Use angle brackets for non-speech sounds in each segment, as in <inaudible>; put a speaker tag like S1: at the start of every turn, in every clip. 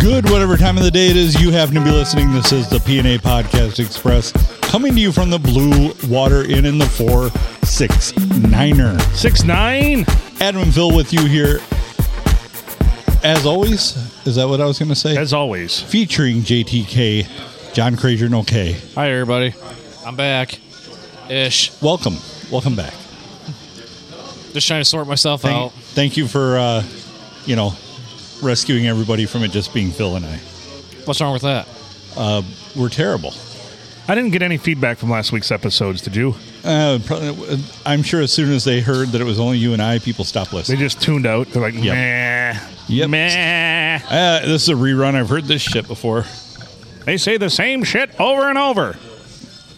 S1: Good, whatever time of the day it is you happen to be listening. This is the PNA Podcast Express coming to you from the Blue Water Inn in the 469er.
S2: Six nine.
S1: Adam and Phil with you here. As always, is that what I was going to say?
S2: As always,
S1: Featuring JTK, John Crazier, no K.
S3: Hi, everybody. I'm back. Ish.
S1: Welcome. Welcome back.
S3: Just trying to sort myself
S1: Thank,
S3: out.
S1: thank you for, uh, you know, rescuing everybody from it just being Phil and I.
S3: What's wrong with that?
S1: We're terrible.
S2: I didn't get any feedback from last week's episodes. Did you?
S1: Uh, probably, I'm sure as soon as they heard that it was only you and I, people stopped
S2: They
S1: listening.
S2: just tuned out. They're like, meh,
S1: Yep.
S2: meh.
S1: Uh, this is a rerun. I've heard this shit before
S2: They say the same shit over and over.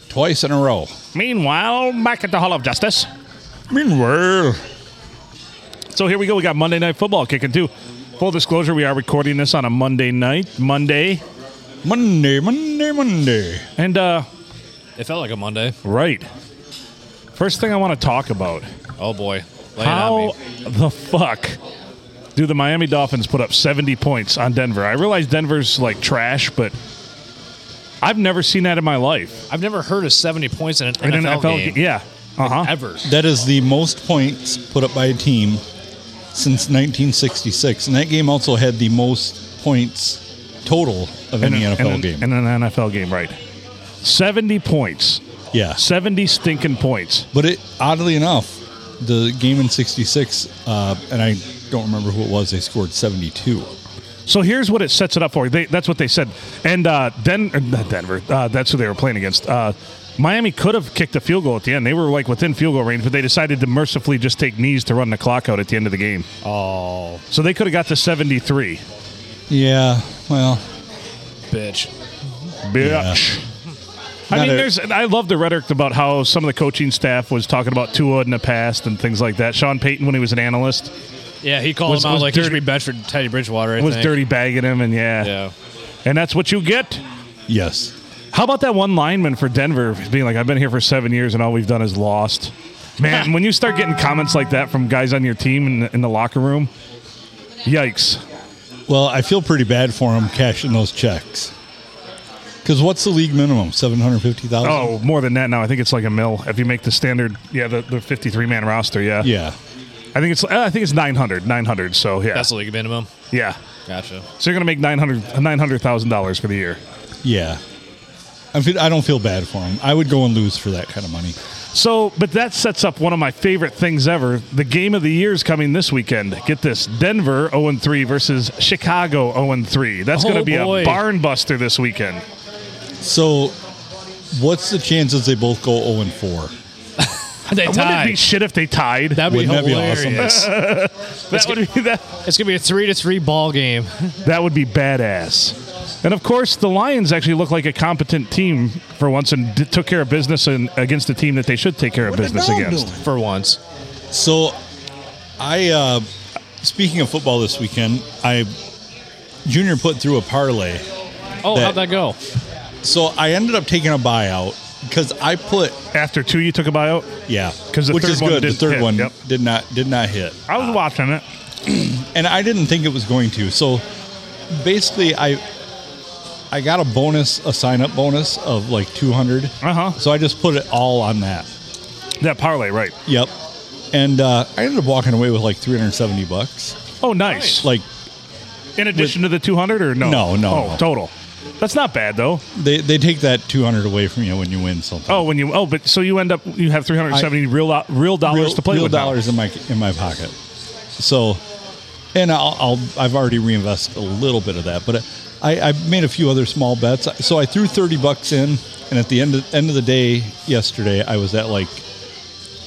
S1: twice in a row.
S2: Meanwhile, back at the Hall of Justice.
S1: Meanwhile,
S2: So here we go. We got Monday Night Football kicking too. Full disclosure: we are recording this on a Monday night, Monday,
S1: Monday, Monday, Monday.
S2: and uh,
S3: It felt like a Monday.
S2: right. First thing I want to talk about:
S3: Oh, boy. Lay it on
S2: how
S3: me.
S2: the fuck do the Miami Dolphins put up 70 points on Denver? I realize Denver's like trash, but I've never seen that in my life.
S3: I've never heard of 70 points in an
S2: In an
S3: NFL,
S2: NFL
S3: game.
S2: ga- yeah. Uh huh.
S3: Ever.
S1: That is the most points put up by a team since 1966, and that game also had the most points total of any NFL game.
S2: In an NFL game, right. 70 points.
S1: yeah,
S2: 70 stinking points.
S1: but it oddly enough, the game in '66, uh, and I don't remember who it was. They scored 72.
S2: So here's what it sets it up for. They, that's what they said. And uh, Den- or not Denver, uh, that's who they were playing against. Uh, Miami could have kicked a field goal at the end. They were like within field goal range, but they decided to mercifully just take knees to run the clock out at the end of the game.
S3: Oh,
S2: So they could have got to 73.
S1: Yeah, well,
S3: bitch.
S2: Bitch. I
S1: Not
S2: mean,
S1: a-
S2: there's. I love the rhetoric about how some of the coaching staff was talking about Tua in the past and things like that. Sean Payton, when he was an analyst,
S3: Yeah, he called
S2: Was-
S3: him out
S2: was
S3: like he
S2: dirty-
S3: should be benched for Teddy Bridgewater. I
S2: was
S3: think.
S2: dirty bagging him, and yeah,
S3: Yeah.
S2: and that's what you get.
S1: yes.
S2: How about that one lineman for Denver being like, "I've been here for seven years, and all we've done is lost." Man, when you start getting comments like that from guys on your team in the, in the locker room, yikes!
S1: Well, I feel pretty bad for him cashing those checks. Because what's the league minimum? Seven hundred fifty thousand.
S2: Oh, more than that now. I think it's like a mil if you make the standard. Yeah, the, the fifty-three man roster. Yeah,
S1: yeah.
S2: I think it's uh, I think it's 900, 900. So yeah,
S3: That's the league minimum.
S2: yeah.
S3: Gotcha.
S2: So you're gonna make 900 $900,000 dollars for the year.
S1: Yeah. I feel, I don't feel bad for him. I would go and lose for that kind of money.
S2: So, but that sets up one of my favorite things ever. The game of the year is coming this weekend. Get this: Denver 0 3 versus Chicago 0 3. That's
S3: Oh,
S2: gonna be
S3: boy.
S2: a barn buster this weekend.
S1: So, what's the chances they both go zero and four?
S3: They
S2: Wouldn't it
S3: tied.
S2: be shit if they tied? That,
S3: That'd be
S1: Wouldn't that be awesome?
S3: hilarious. <laughs>
S2: would be that.
S3: it's gonna be a three to three ball game.
S2: That would be badass. And of course, the Lions actually look like a competent team for once and d- took care of business and against a team that they should take care of
S1: did
S2: business
S1: Dom
S2: against.
S1: do?
S3: for once.
S1: So, I uh, speaking of football this weekend, I Junior put through a parlay.
S3: Oh,
S1: That-
S3: how'd that go?
S1: So I ended up taking a buyout because I put
S2: After two, you took a buyout.
S1: yeah
S2: 'Cause the
S1: which
S2: third
S1: is
S2: one
S1: good. The
S2: didn't
S1: third
S2: hit,
S1: one
S2: yep.
S1: did not did not hit.
S2: I
S3: Ah.
S2: was watching it.
S1: and I didn't think it was going to. So basically, I I got a bonus, a sign up bonus of like two hundred.
S2: Uh-huh.
S1: So I just put it all on that.
S2: That parlay, right?
S1: Yep. And uh, I ended up walking away with like three hundred seventy bucks.
S2: Oh, nice.
S1: Like
S2: In addition to the 200 or no?
S1: No, no,
S2: Oh,
S1: no.
S2: total. That's not bad though.
S1: they they take that two hundred away from you when you win something.
S2: Oh, when you oh, but so you end up you have 370 real do- real dollars
S1: real,
S2: to play
S1: real
S2: with. now.
S1: dollars in my in my pocket. So, and I'll, I'll I've already reinvested a little bit of that, but I, I made a few other small bets. So I threw thirty bucks in, and at the end of, end of the day yesterday, I was at like,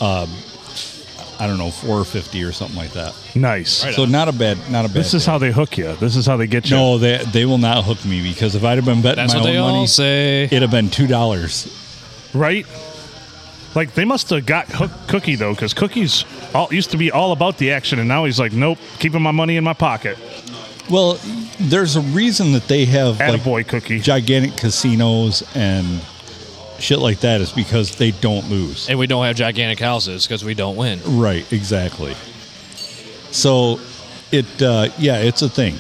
S1: um, I don't know, four fifty or something like that.
S2: Nice.
S1: so not a bad not a bad.
S2: This is how they hook you. This is how they get you.
S1: no, they they will not hook me because if I'd have been betting
S3: That's
S1: my
S3: what
S1: own
S3: they all
S1: money,
S3: say.
S1: it'd have been two dollars.
S2: Right? Like they must have got hook Cookie though, because Cookie's all used to be all about the action, and now he's like, nope, keeping my money in my pocket.
S1: Well, there's a reason that they have like
S2: Attaboy, Cookie.
S1: gigantic casinos and shit like that is because they don't lose.
S3: and we don't have gigantic houses because we don't win.
S1: Right, exactly. So it uh yeah, it's a thing.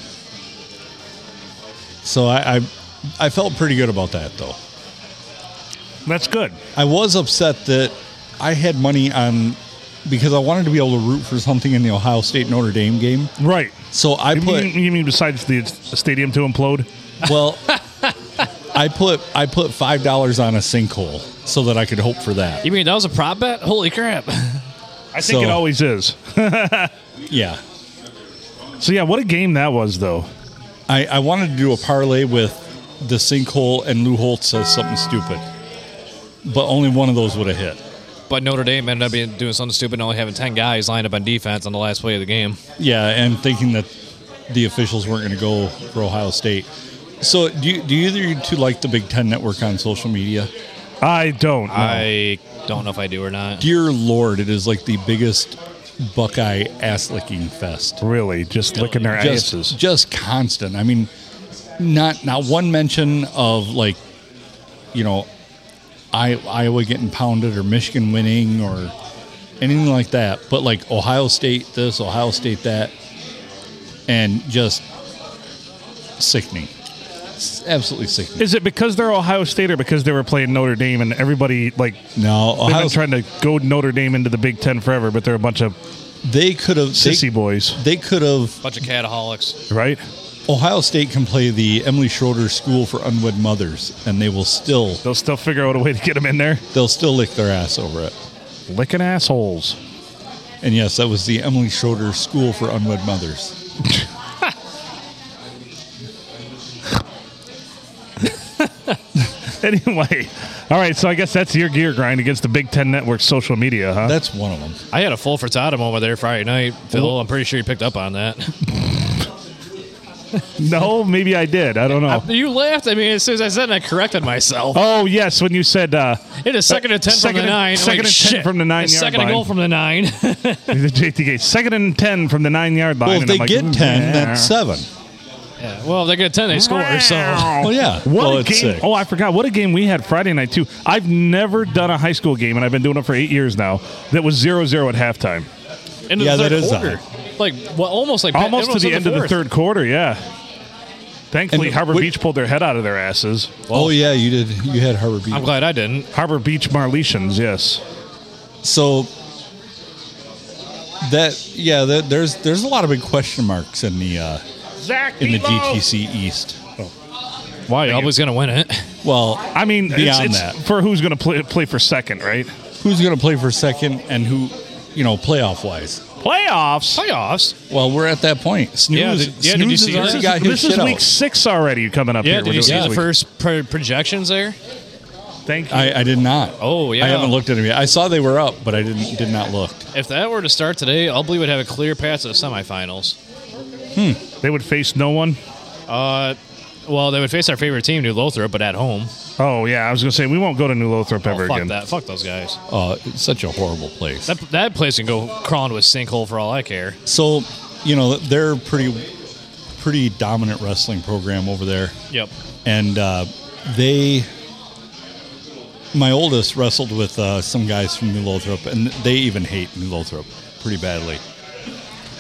S1: So I, I, I felt pretty good about that though.
S2: That's good.
S1: I was upset that I had money on because I wanted to be able to root for something in the Ohio State Notre Dame game.
S2: Right.
S1: So I
S2: You
S1: put
S2: mean, <laughs> you mean besides the stadium to implode?
S1: well, I put I put five dollars on a sinkhole so that I could hope for that.
S3: You mean that was a prop bet? Holy crap!
S2: I think
S1: So-
S2: it always is.
S1: Yeah,
S2: So yeah, what a game that was though.
S1: I, I wanted to do a parlay with the sinkhole and Lou Holtz says something stupid, but only one of those would have hit.
S3: But Notre Dame ended up being, doing something stupid, and only having ten guys lined up on defense on the last play of the game.
S1: Yeah, and thinking that the officials weren't going to go for Ohio State. So do you, do either you two like the Big Ten Network on social media?
S2: I don't
S3: Oh.
S2: know.
S3: I don't know if I do or not.
S1: Dear Lord, it is like the biggest Buckeye ass licking fest.
S2: really just licking their
S1: Just,
S2: asses.
S1: just constant. I mean, not not one mention of like, you know, I, Iowa getting pounded or Michigan winning or anything like that. But like Ohio State this, Ohio State that, and just sickening. It's absolutely sickening.
S2: Is it because they're Ohio State or because they were playing Notre Dame and everybody like
S1: No,
S2: they've
S1: Ohio
S2: been trying to go Notre Dame into the Big Ten forever, but they're a bunch of
S1: they could have
S2: sissy
S1: they,
S2: boys,
S1: they could have
S3: Bunch of cataholics.
S2: right?
S1: Ohio State can play the Emily Schroeder School for Unwed Mothers, and they will still
S2: They'll still figure out a way to get them in there,
S1: they'll still lick their ass over it.
S2: licking assholes.
S1: And yes, that was the Emily Schroeder School for Unwed Mothers.
S2: <laughs> Anyway, all right. So I guess that's your gear grind against the Big Ten Network's social media, huh?
S1: That's one of them.
S3: I had a full frittata over there Friday night, Phil. I'm pretty sure you picked up on that.
S2: no, maybe I did. I don't know.
S3: You laughed at me as soon as I said, and I corrected myself.
S2: Oh yes, when you said uh, <laughs>
S3: It is second and ten
S2: Second and-
S3: from the nine.
S2: second and 10
S3: shit.
S2: from the nine
S3: It's
S2: yard
S3: Second and
S2: line.
S3: goal from the nine. <laughs>
S2: the JT Gates, second and ten from the nine yard line.
S1: Well, if
S2: and
S1: they
S2: I'm like,
S1: get
S2: "Ooh,
S1: ten,
S2: yeah."
S1: that's uh, seven.
S3: yeah, well, if they get ten, they score. So
S1: Well, Oh, yeah.
S2: What
S1: Well,
S2: a
S1: it's
S2: game!
S1: six.
S2: Oh, I forgot what a game we had Friday night too. I've never done a high school game, and I've been doing it for eight years now. That was 0-0 at halftime,
S3: into
S1: Yeah,
S3: the
S1: that
S3: third
S1: is
S3: quarter. Like well, almost like
S2: almost to
S3: almost
S2: the end of the
S3: fourth.
S2: third quarter. Yeah. Thankfully,
S1: And
S2: Harbor
S1: what-
S2: Beach pulled their head out of their asses.
S1: oh yeah, you did. You had Harbor Beach.
S3: I'm glad I didn't.
S2: Harbor Beach Marletians, yes.
S1: so that yeah, that, there's there's a lot of big question marks in the uh,
S2: Zach
S1: in the GTC East.
S3: Why? Always gonna win it.
S1: Well,
S2: I mean, it's,
S1: Beyond
S2: it's
S1: that.
S2: for who's going to play play for second, right?
S1: who's going to play for second, and who, you know, playoff wise?
S2: Playoffs.
S3: Playoffs.
S1: Well, we're at that point. Snooze,
S3: Yeah, did- yeah, did you
S1: Snooze
S3: see
S1: has already
S3: that?
S1: got his
S2: This
S1: shit
S2: is
S1: out.
S2: week six already coming up
S3: Yeah,
S2: here.
S3: did you
S2: We're
S3: see
S2: doing
S3: the
S2: this week.
S3: first pro- projections there?
S2: Thank you.
S1: I, I did not.
S3: Oh, yeah.
S1: I haven't looked at them yet. I saw they were up, but I didn't did not look.
S3: If that were to start today, Ubley would have a clear path to the semifinals.
S2: they would face no one.
S3: Uh, well, they would face our favorite team, New Lothrop, but at home.
S2: Oh yeah, I was gonna say we won't go to New Lothrop
S3: Oh,
S2: ever
S3: fuck
S2: again.
S3: that. Fuck those guys.
S1: Uh, it's such a horrible place.
S3: That, that place can go crawling to a sinkhole for all I care.
S1: So, you know, they're pretty pretty dominant wrestling program over there,
S3: Yep.
S1: and uh, they. My oldest wrestled with uh, some guys from New Lothrop, and they even hate New Lothrop pretty badly.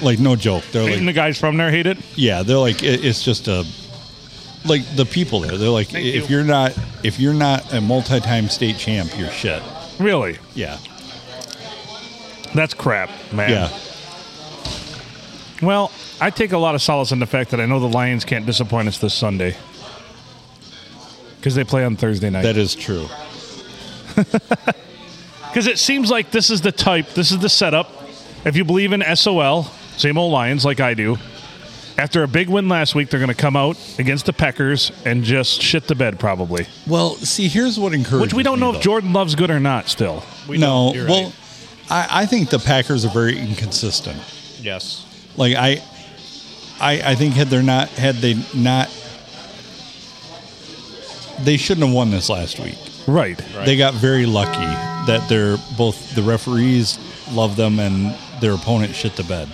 S1: Like no joke, they're
S2: Hating
S1: like
S2: the guys from there hate it.
S1: Yeah, they're like it, it's just a like the people there. They're like
S2: Thank
S1: if
S2: you.
S1: you. are not if you're not a multi-time state champ, you're shit.
S2: Really,
S1: Yeah,
S2: that's crap, man.
S1: yeah.
S2: Well, I take a lot of solace in the fact that I know the Lions can't disappoint us this Sunday because they play on Thursday night.
S1: That is true.
S2: Because it seems like this is the type, this is the setup. If you believe in SOL, same old Lions like I do. After a big win last week, they're going to come out against the Packers and just shit the bed, probably.
S1: Well, see, here's what encourages.
S2: Which we don't
S1: me,
S2: know if
S1: though.
S2: Jordan Love's good or not. Still,
S3: We
S1: no,
S3: don't- you're
S1: well,
S3: right.
S1: I, I think the Packers are very inconsistent.
S3: yes.
S1: Like I, I, I think had they not had they not, they shouldn't have won this last week.
S2: right?
S1: They got very lucky that they're both the referees love them and their opponent shit the bed.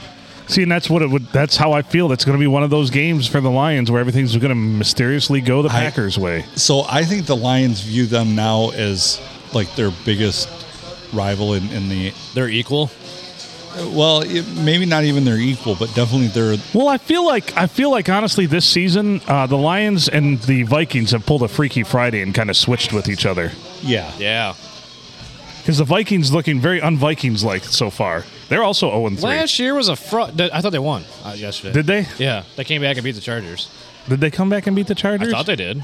S2: See, and that's what it would. That's how I feel. That's going to be one of those games for the Lions where everything's going to mysteriously go the
S1: I-
S2: Packers' way.
S1: So I think the Lions view them now as like their biggest rival in, in the
S3: They're equal.
S1: Well, it, maybe not even they're equal, but definitely they're.
S2: Well, I feel like I feel like honestly, this season uh, the Lions and the Vikings have pulled a Freaky Friday and kind of switched with each other
S1: Yeah.
S3: Yeah.
S2: because the Vikings looking very un-Vikings like so far. They're also zero and three.
S3: Last year was a fraud. I thought they won uh, yesterday.
S2: Did they?
S3: Yeah, they came back and beat the Chargers.
S2: Did they come back and beat the Chargers?
S3: I thought they did.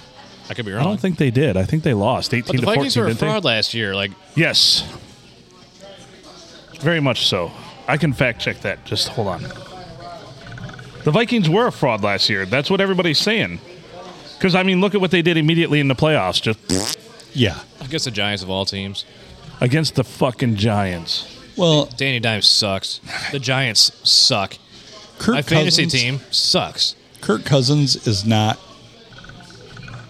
S3: I could be wrong.
S2: I don't think they did. I think they lost
S3: but
S2: eighteen
S3: the
S2: to
S3: Vikings
S2: fourteen.
S3: were a
S2: Didn't they?
S3: fraud last year. Like,
S2: Yes. Very much so. I can fact check that. Just hold on. The Vikings were a fraud last year. That's what everybody's saying. Because, I mean, look at what they did immediately in the playoffs just
S1: Yeah.
S3: I guess the Giants of all teams.
S2: against the fucking Giants.
S1: Well,
S3: Danny Dimes sucks. The Giants suck.
S1: Kirk
S3: My fantasy
S1: Cousins,
S3: team sucks.
S1: Kirk Cousins is not.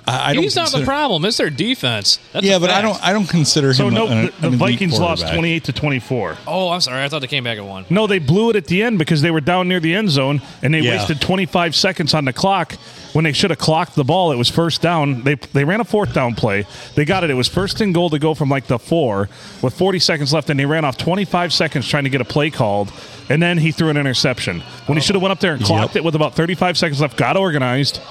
S1: I, I don't.
S3: He's not the
S1: consider-
S3: problem. It's their defense. That's
S1: Yeah,
S3: a
S1: but I
S3: fact.
S1: don't. I don't consider
S2: So,
S1: him. an-
S2: no, the, the
S1: an elite
S2: Vikings lost
S1: quarterback.
S2: 28 to 24.
S3: Oh, I'm sorry. I thought they came back and won.
S2: No, they blew it at the end because they were down near the end zone and they
S1: Yeah.
S2: wasted 25 seconds on the clock when they should have clocked the ball. It was first down. They they ran a fourth down play. They got it. It was first and goal to go from like the four with 40 seconds left, and they ran off 25 seconds trying to get a play called. And then he threw an interception when he should have went up there and clocked
S1: Yep.
S2: it with about 35 seconds left. Got organized.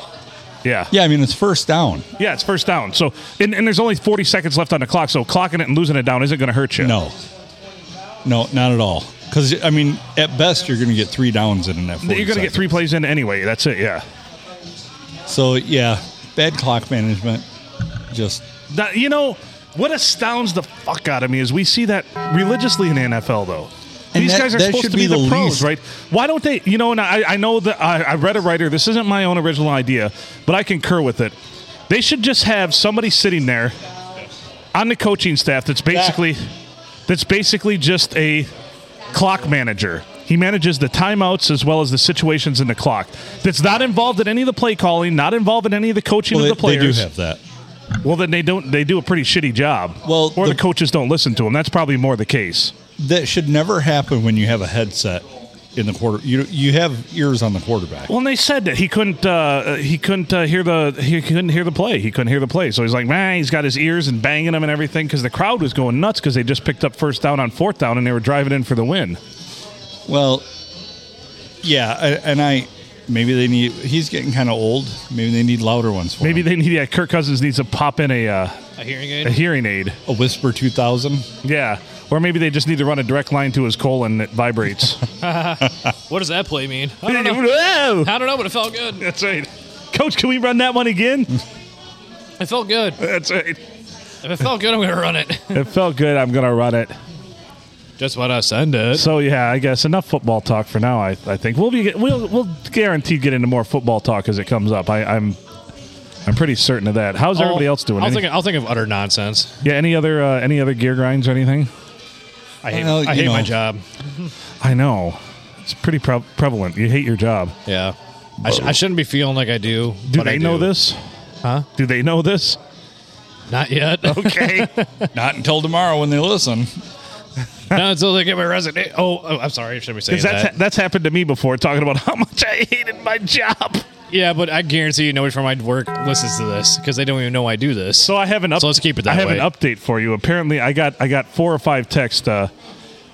S2: Yeah.
S1: Yeah, I mean it's first down.
S2: Yeah, it's first down. So, and, and there's only 40 seconds left on the clock. So, clocking it and losing it down isn't going to hurt you.
S1: No, no, not at all. Because I mean, at best, you're going to get three downs in an that.
S2: You're going to get three plays in anyway. That's it. Yeah.
S1: So yeah, bad clock management. Just
S2: That, you know, what astounds the fuck out of me is we see that religiously in the NFL, though.
S1: And
S2: These
S1: that-
S2: guys are
S1: that
S2: supposed to
S1: should
S2: be,
S1: be
S2: the,
S1: the
S2: pros,
S1: least.
S2: right? Why don't they? You know, and I, I know that I, I read a writer. This isn't my own original idea, but I concur with it. They should just have somebody sitting there on the coaching staff that's basically that's basically just a clock manager. He manages the timeouts as well as the situations in the clock. That's not involved in any of the play calling, not involved in any of the coaching
S1: well,
S2: of
S1: they,
S2: the players.
S1: they do have that.
S2: Well, then they don't. They do a pretty shitty job.
S1: Well,
S2: or the,
S1: the-
S2: coaches don't listen to them. That's probably more the case.
S1: That should never happen when you have a headset in the quarter. You you have ears on the quarterback.
S2: Well, and they said that he couldn't. Uh, he couldn't uh, hear the. He couldn't hear the play. He couldn't hear the play. So he's like, man, he's got his ears and banging them and everything because the crowd was going nuts because they just picked up first down on fourth down and they were driving in for the win.
S1: Well, yeah, I- and I maybe they need. He's getting kind of old. Maybe they need louder ones for
S2: Maybe
S1: him.
S2: they need. Yeah, Kirk Cousins needs to pop in a uh,
S3: A hearing
S2: a
S3: aid.
S2: hearing aid.
S1: a whisper two
S2: <laughs>
S1: thousand.
S2: Yeah, or maybe they just need to run a direct line to his colon that <laughs> vibrates.
S3: What does that play mean? I don't know.
S2: Whoa!
S3: I don't know, but it felt good.
S2: That's right. Coach, can we run that one again?
S3: It felt
S2: <laughs>
S3: good.
S2: That's right.
S3: If it felt good, I'm gonna run it. <laughs>
S2: It felt good. I'm gonna run it.
S3: Just what I send it.
S2: So yeah, I guess enough football talk for now. I, I think we'll be we'll we'll guaranteed get into more football talk as it comes up. I, I'm I'm pretty certain of that.
S3: Oh,
S2: How's everybody else doing?
S3: I'll
S2: Any-
S3: think. I'll think of utter nonsense.
S2: yeah, any other uh, any other gear grinds or anything?
S3: I hate.
S1: Well,
S3: I
S1: you
S3: hate my
S1: know.
S3: job.
S2: I know it's pretty pre- prevalent. You hate your job.
S3: Yeah. I, sh- I shouldn't be feeling like I do.
S2: Do
S3: but
S2: they
S3: I
S2: know
S3: do.
S2: this? Huh? Do they know
S3: <laughs>
S2: this?
S3: Not yet. <laughs>
S2: Okay.
S1: Not until tomorrow when they listen.
S3: Not until they get my resignation. Oh, oh, I'm sorry. Should we say
S2: Because that's
S3: that?
S2: ha- that's happened to me before. Talking about how much I hated my job.
S3: yeah, but I guarantee you, nobody from my work listens to this because they don't even know I do this.
S2: So I have an up-
S3: So let's keep it that
S2: I have
S3: way.
S2: an update for you. Apparently, I got I got four or five texts. Uh,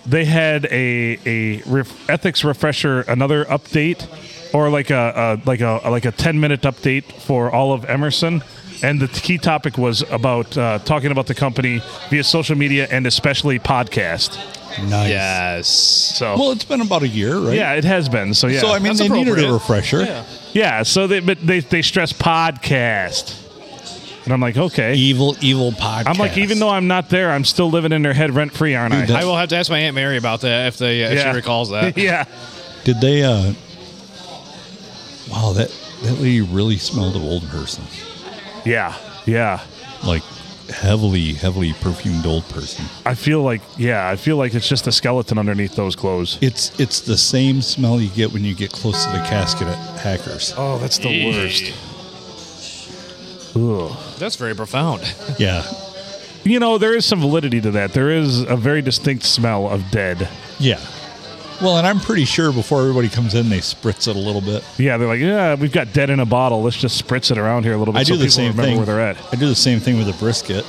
S2: they had a a ref- ethics refresher, another update, or like a, a like a like a ten minute update for all of Emerson. And the key topic was about uh, talking about the company via social media and especially podcast.
S1: Nice.
S3: yes.
S2: So
S1: Well, it's been about a year, right?
S2: yeah, it has been. So yeah,
S1: So I mean,
S3: That's
S1: they needed
S3: appropriate.
S1: a refresher.
S3: Yeah.
S2: yeah. So they but they they stress podcast, and I'm like, okay.
S1: Evil, evil podcast.
S2: I'm like, even though I'm not there, I'm still living in their head rent free, aren't I?
S1: Dude,
S3: I will have to ask my aunt Mary about that if they if
S2: Yeah.
S3: she recalls
S2: <laughs>
S3: that.
S2: yeah.
S1: did they? uh Wow, that that lady really smelled of old person,
S2: Yeah. Yeah.
S1: like heavily, heavily perfumed old person.
S2: I feel like yeah, I feel like it's just a skeleton underneath those clothes.
S1: It's it's the same smell you get when you get close to the casket at Hackers.
S2: Oh, that's the
S3: Eee.
S2: worst. Ugh.
S3: That's very profound.
S2: Oh.
S1: Yeah,
S2: You know, there is some validity to that. There is a very distinct smell of dead.
S1: yeah. Well, and I'm pretty sure before everybody comes in, they spritz it a little bit.
S2: Yeah, they're like, yeah, we've got dead in a bottle. Let's just spritz it around here a little bit
S1: I
S2: so
S1: do the
S2: people
S1: same
S2: remember
S1: thing.
S2: where they're at.
S1: I do the same thing with a brisket.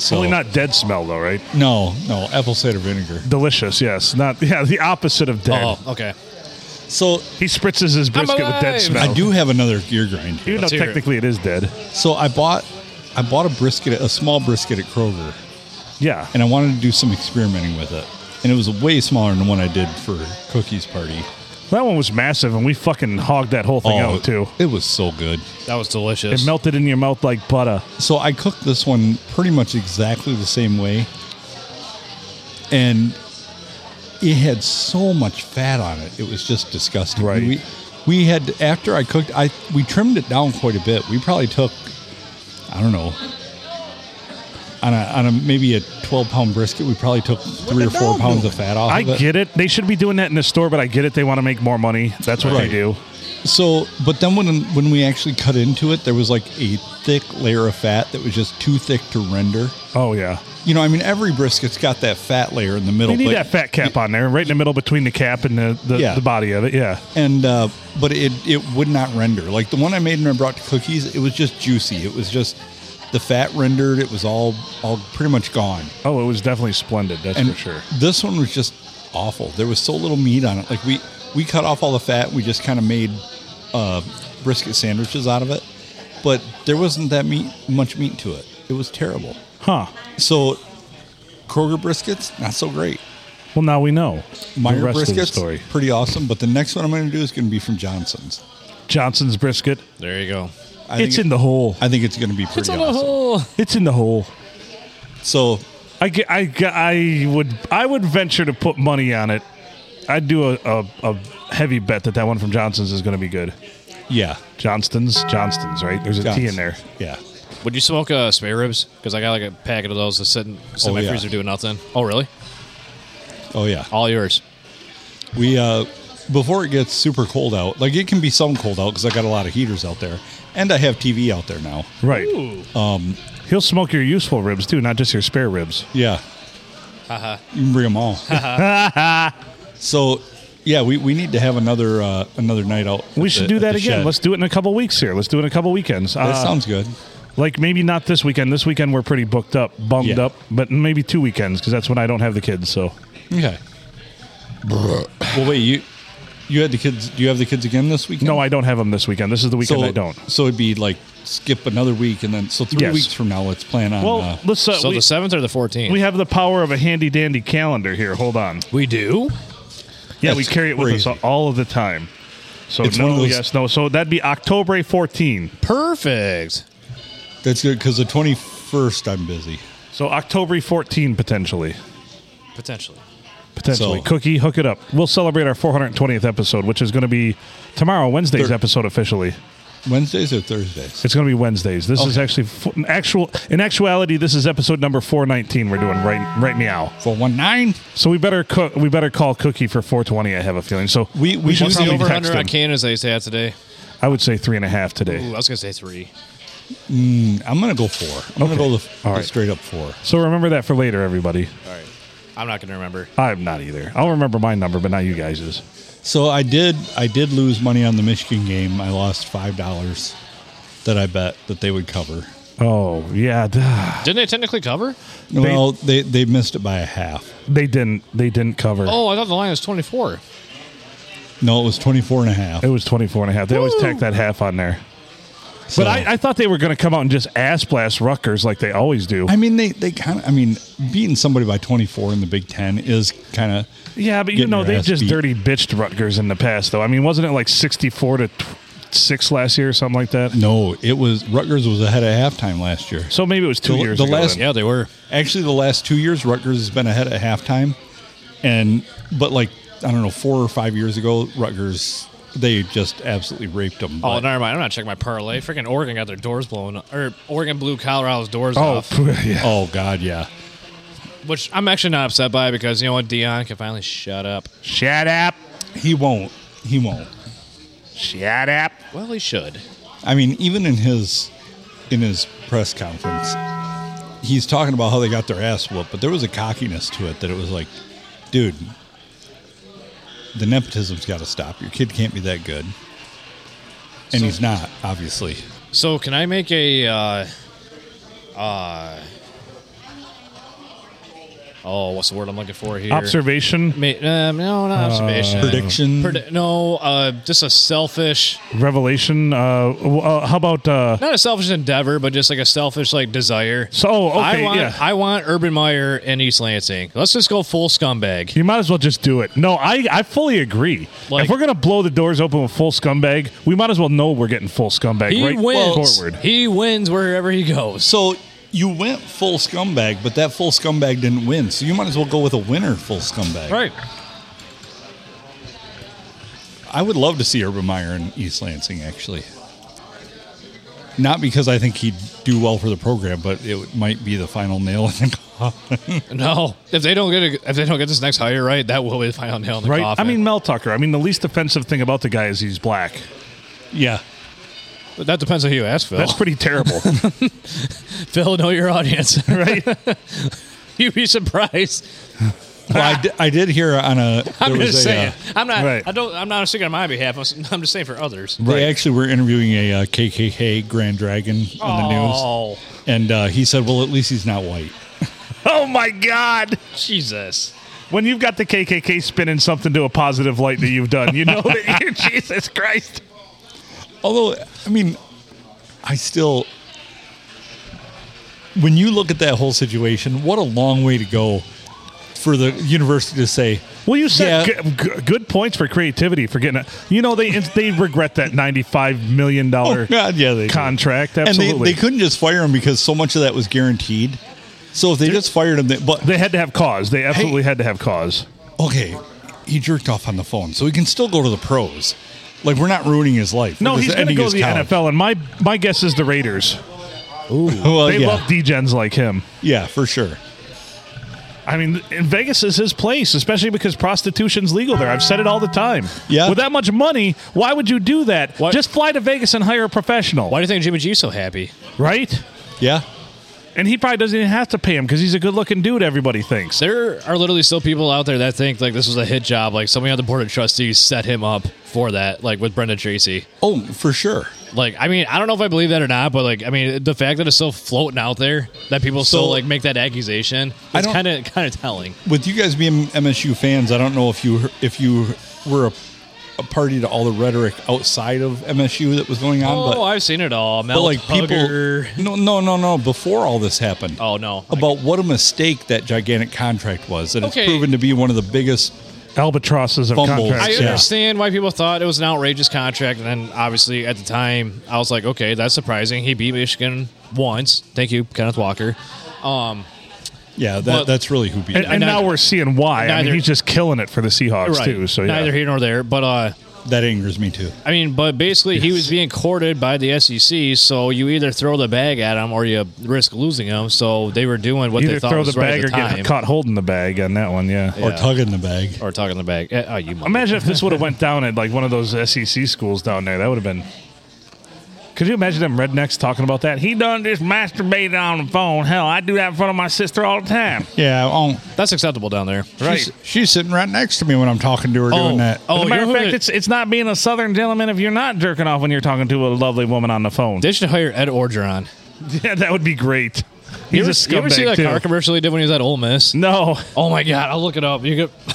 S1: So
S2: Probably not dead smell though, right?
S1: No, no, apple cider vinegar.
S2: Delicious, yes. Not <laughs> yeah, the opposite of dead.
S3: Oh, okay.
S1: So
S2: He spritzes his brisket with dead
S3: alive!
S2: smell.
S1: I do have another gear grind. Here.
S2: Even though
S3: Let's hear it.
S2: technically it is dead.
S1: So I bought I bought a brisket, a small brisket at Kroger,
S2: Yeah.
S1: and I wanted to do some experimenting with it. And it was way smaller than the one I did for Cookie's party. Oh,
S2: That one was massive and we fucking hogged that whole thing out too.
S1: it was so good.
S3: That was delicious.
S2: It melted in your mouth like butter.
S1: So I cooked this one pretty much exactly the same way. And it had so much fat on it. It was just disgusting.
S2: Right.
S1: We, we had after I cooked I we trimmed it down quite a bit. We probably took I don't know on a on a maybe a 12 pound brisket, we probably took 3 or 4 pounds of fat off
S2: I
S1: of it.
S2: get it. They should be doing that in the store, but I get it. They want to make more money. That's what they
S1: Right.
S2: do.
S1: So, but then when when we actually cut into it, there was like a thick layer of fat that was just too thick to render.
S2: Oh yeah.
S1: You know, I mean, every brisket's got that fat layer in the middle.
S2: You need
S1: but-
S2: that fat cap on there, right in the middle between the cap and the, the,
S1: Yeah.
S2: the body of it. Yeah.
S1: and uh, but it it would not render. Like the one I made and I brought to cookies, it was just juicy. It was just the fat rendered. It was all all pretty much gone.
S2: Oh, it was definitely splendid, that's
S1: And
S2: for sure.
S1: this one was just awful. There was so little meat on it. Like we we cut off all the fat. We just kind of made uh, brisket sandwiches out of it, but there wasn't that meat much meat to it. It was terrible.
S2: Huh.
S1: So Kroger briskets not so great.
S2: Well now we know. the
S1: Meyer
S2: rest of the
S1: briskets,
S2: story.
S1: pretty awesome. But the next one I'm going to do is going to be from Johnson's.
S2: Johnson's brisket.
S3: there you go.
S1: I think
S2: it's
S1: it-
S2: in the hole.
S1: I think it's going to be pretty awesome.
S2: It's in the hole.
S1: So
S2: I, ge- I, ge- I would I would venture to put money on it. I'd do a, a, a heavy bet that that one from Johnson's is going to be good.
S1: yeah,
S2: Johnston's, Johnston's, right? There's a T in
S1: Johnson's.
S2: there.
S1: Yeah,
S3: Would you smoke uh, spare ribs? Because I got like a packet of those that's sitting sit in
S1: Oh,
S3: my
S1: yeah.
S3: freezer doing nothing. Oh, really?
S1: oh yeah.
S3: All yours.
S1: We uh, before it gets super cold out, like it can be some cold out because I got a lot of heaters out there, and I have TV out there now.
S2: Right.
S1: Um,
S2: He'll smoke your useful ribs too, not just your spare ribs.
S1: Yeah, you can bring them all.
S2: <laughs>
S1: so yeah, we, we need to have another uh, another night out.
S2: We
S1: at
S2: should
S1: the-
S2: do
S1: at
S2: that
S1: the
S2: again.
S1: shed.
S2: Let's do it in a couple weeks here. Let's do it in a couple weekends.
S1: That
S2: Uh,
S1: sounds good.
S2: like maybe not this weekend. This weekend we're pretty booked up, bummed
S1: Yeah.
S2: up, but maybe two weekends because that's when I don't have the kids. So
S1: Okay. well, wait you you had the kids? Do you have the kids again this weekend?
S2: no, I don't have them this weekend. This is the weekend
S1: so
S2: I don't.
S1: So it'd be like skip another week, and then so three
S2: Yes.
S1: weeks from now, let's plan on.
S2: Well,
S1: uh,
S2: let's. Uh,
S3: So
S2: we,
S3: the seventh or the fourteenth?
S2: we have the power of a handy dandy calendar here. Hold on.
S3: we do.
S2: Yeah,
S1: That's
S2: we carry it with
S1: crazy.
S2: us all of the time. So
S1: It's
S2: no,
S1: one of those-
S2: yes, no. So that'd be October 14.
S3: Perfect.
S1: That's good because the 21st I'm busy.
S2: So October 14 potentially.
S3: Potentially.
S2: Potentially.
S1: So-
S2: Cookie, hook it up. We'll celebrate our 420th episode, which is going to be tomorrow, Wednesday's
S1: Thir-
S2: episode officially.
S1: Wednesdays or Thursdays?
S2: It's going to be Wednesdays. This is actually f- an actual in actuality this is episode number 419 we're doing right right meow.
S1: 419?
S2: So we better co- we better call Cookie for 420 I have a feeling. So
S1: We- we should
S2: should
S3: What's the
S2: probably
S3: over
S2: text
S3: under on
S2: him.
S3: Canes they say today?
S2: I would say three and a half today.
S3: Ooh, I was gonna say three.
S1: I'm going to go four. I'm
S2: Okay.
S1: going to go the,
S2: All
S1: the
S2: right.
S1: straight up four.
S2: So remember that for later everybody.
S3: All right. I'm not gonna remember.
S2: I'm not either. I'll remember my number, but not you guys's.
S1: So I did I did lose money on the Michigan game. I lost $5 that I bet that they would cover.
S2: Oh yeah, duh.
S3: Didn't they technically cover?
S1: well, they, they missed it by a half.
S2: they didn't. They didn't cover.
S3: Oh, I thought the line was twenty four.
S1: No, it was 24 and a half.
S2: It was 24 and a half. They always tack that half on there.
S1: So-
S2: But I, I thought they were going to come out and just ass blast Rutgers like they always do.
S1: I mean, they, they kind of, I mean, beating somebody by 24 in the Big Ten is kind of,
S2: yeah, but you
S1: Getting
S2: know
S1: their
S2: they
S1: ass
S2: just
S1: beat.
S2: dirty bitched Rutgers in the past though. I mean, wasn't it like 64 to t- six last year or something like that?
S1: no, it was, Rutgers was ahead at halftime last year.
S2: So maybe it was two
S1: The-
S2: years.
S1: the
S2: ago
S1: last-
S2: then.
S3: Yeah, they were.
S1: actually the last two years Rutgers has been ahead at halftime, and but like I don't know four or five years ago Rutgers they just absolutely raped them.
S3: Oh,
S1: But
S3: never mind. I'm not checking my parlay. Freaking Oregon got their doors blown up. Or Oregon blew Colorado's doors
S2: Oh <laughs>
S3: off.
S2: pff, yeah.
S1: oh God, yeah.
S3: Which I'm actually not upset by because you know what? Dion can finally shut up.
S2: Shut up.
S1: He won't. He won't.
S2: Shut up.
S3: Well, he should.
S1: I mean, even in his in his press conference, he's talking about how they got their ass whooped, but there was a cockiness to it that it was like, dude, the nepotism's got to stop. Your kid can't be that good, and
S3: So-
S1: he's not, obviously.
S3: So, can I make a uh, uh, oh, what's the word I'm looking for here?
S2: Observation,
S3: Ma- um, no,
S2: Uh,
S3: not observation.
S1: prediction?
S3: Predi- no, uh, just a selfish,
S2: revelation. Uh, w- uh, how about uh,
S3: not a selfish endeavor, but just like a selfish like desire.
S2: so? oh, Okay,
S3: I want,
S2: yeah.
S3: I want Urban Meyer and East Lansing. Let's just go full scumbag.
S2: you might as well just do it. No, I, I fully agree.
S3: Like-
S2: if we're gonna blow the doors open with full scumbag, we might as well know we're getting full scumbag
S3: He
S2: right
S3: wins.
S2: forward.
S3: He wins wherever he goes.
S1: So you went full scumbag, but that full scumbag didn't win. So you might as well go with a winner full scumbag.
S3: Right.
S1: I would love to see Urban Meyer in East Lansing, actually. Not because I think he'd do well for the program, but it might be the final nail in the <laughs> coffin.
S3: No, if they don't get a, if they don't get this next hire right, that will be the final nail in the
S2: right? I
S3: coffin.
S2: mean, Mel Tucker. I mean, the least offensive thing about the guy is he's black.
S1: yeah.
S3: But that depends on who you ask, Phil.
S1: Oh.
S2: That's
S1: <laughs>
S2: pretty terrible,
S3: Phil, know your audience. <laughs>
S2: right?
S3: You'd be surprised.
S1: Well, I, di- I did hear on a. There
S3: I'm
S1: was
S3: just
S1: a, uh,
S3: saying. I'm not.
S2: Right.
S3: I don't. I'm not speaking on my behalf. I'm, s- I'm just saying for others.
S1: They actually were interviewing a uh, KKK Grand Dragon on the news.
S3: Oh,
S1: And uh, he said, well, at least he's not white.
S2: oh my God!
S3: Jesus.
S2: When you've got the KKK spinning something to a positive light that you've done, you <laughs> know that you're Jesus Christ.
S1: Although, I mean, I still. When you look at that whole situation, what a long way to go for the university to say,
S2: Well, you said
S1: Yeah.
S2: g- g- good points for creativity for getting. A, you know they they regret that ninety five million dollar
S1: "Oh, God, yeah, they do.
S2: contract.
S1: And
S2: Absolutely,
S1: they, they couldn't just fire him because so much of that was guaranteed. So if they just fired him, they, but
S2: They had to have cause. They absolutely had to have cause.
S1: okay, he jerked off on the phone, so he can still go to the pros. Like we're not ruining his life.
S2: No,
S1: We're just
S2: he's going to
S1: ending
S2: go
S1: his
S2: to the
S1: college.
S2: NFL, and my my guess is the Raiders.
S1: Well,
S2: They
S1: Uh, yeah,
S2: love D-gens like him.
S1: yeah, for sure.
S2: I mean, and Vegas is his place, especially because prostitution's legal there. I've said it all the time.
S1: Yeah.
S2: With that much money, why would you do that?
S3: Why-
S2: Just fly to Vegas and hire a professional,
S3: Why do you think Jimmy G's so happy?
S2: right?
S1: Yeah,
S2: And he probably doesn't even have to pay him because he's a good-looking dude. Everybody thinks.
S3: There are literally still people out there that think like this was a hit job. Like somebody on the board of trustees set him up for that. Like with Brendan Tracy.
S1: oh, for sure.
S3: Like I mean, I don't know if I believe that or not, but like I mean, the fact that it's still floating out there that people
S1: So-
S3: still like make that accusation,
S1: I
S3: it's
S1: don't-
S3: kind of kind of telling.
S1: With you guys being MSU fans, I don't know if you if you were a, a party to all the rhetoric outside of MSU that was going
S2: Um,
S1: on,
S3: Oh,
S1: but,
S3: I've seen it all.
S1: but
S3: Mel
S1: like
S3: Tugger.
S1: people, no, no, no, no. Before all this happened,
S3: Oh no.
S1: about what a mistake that gigantic contract was, and
S3: Okay.
S1: it's proven to be one of the biggest.
S2: Albatrosses of
S1: Fumbles.
S2: contracts.
S3: I
S1: Yeah.
S3: understand why people thought it was an outrageous contract, and then obviously at the time I was like, okay, that's surprising. He beat Michigan once. Thank you, Kenneth Walker. Um,
S1: Yeah, that,
S3: Well-
S1: that's really who beat.
S2: And,
S1: it.
S2: and
S3: Neither-
S2: now we're seeing why. I mean,
S3: neither-
S2: he's just killing it for the Seahawks
S3: right.
S2: too. So yeah.
S3: neither here nor there, but uh,
S1: that angers me too.
S3: I mean, but basically he was being courted by the SEC, so you either throw the bag at him or you risk losing him. So they were doing what
S2: Either
S3: they thought
S2: throw the
S3: was right
S2: bag
S3: at
S2: or
S3: the
S2: get
S3: time,
S2: caught holding the bag on that one. Yeah.
S1: Or
S3: Yeah.
S1: tug in the bag.
S3: or talking the bag. Eh, Oh, you mother-
S2: Imagine if this would have went down at like one of those SEC schools down there. That would have been. Could you imagine them rednecks talking about that? He done just masturbated on the phone. Hell, I do that in front of my sister all the time.
S1: Yeah, oh,
S3: that's acceptable down there.
S2: Right.
S1: she's sitting right next to me when I'm talking to her
S3: Oh,
S2: As
S3: oh,
S2: a
S3: you
S2: matter
S3: know
S2: of
S3: who
S2: fact,
S3: they-
S2: it's it's not being a southern gentleman if you're not jerking off when you're talking to a lovely woman on the phone.
S3: They should hire Ed Orgeron.
S2: <laughs> yeah, that would be great. He's
S3: You ever,
S2: a
S3: you ever
S2: scumbag
S3: see that
S2: too. Mm.
S3: car commercial he did when he was at Ole Miss? <laughs>
S2: No,
S3: Oh my god, I'll look it up. You could.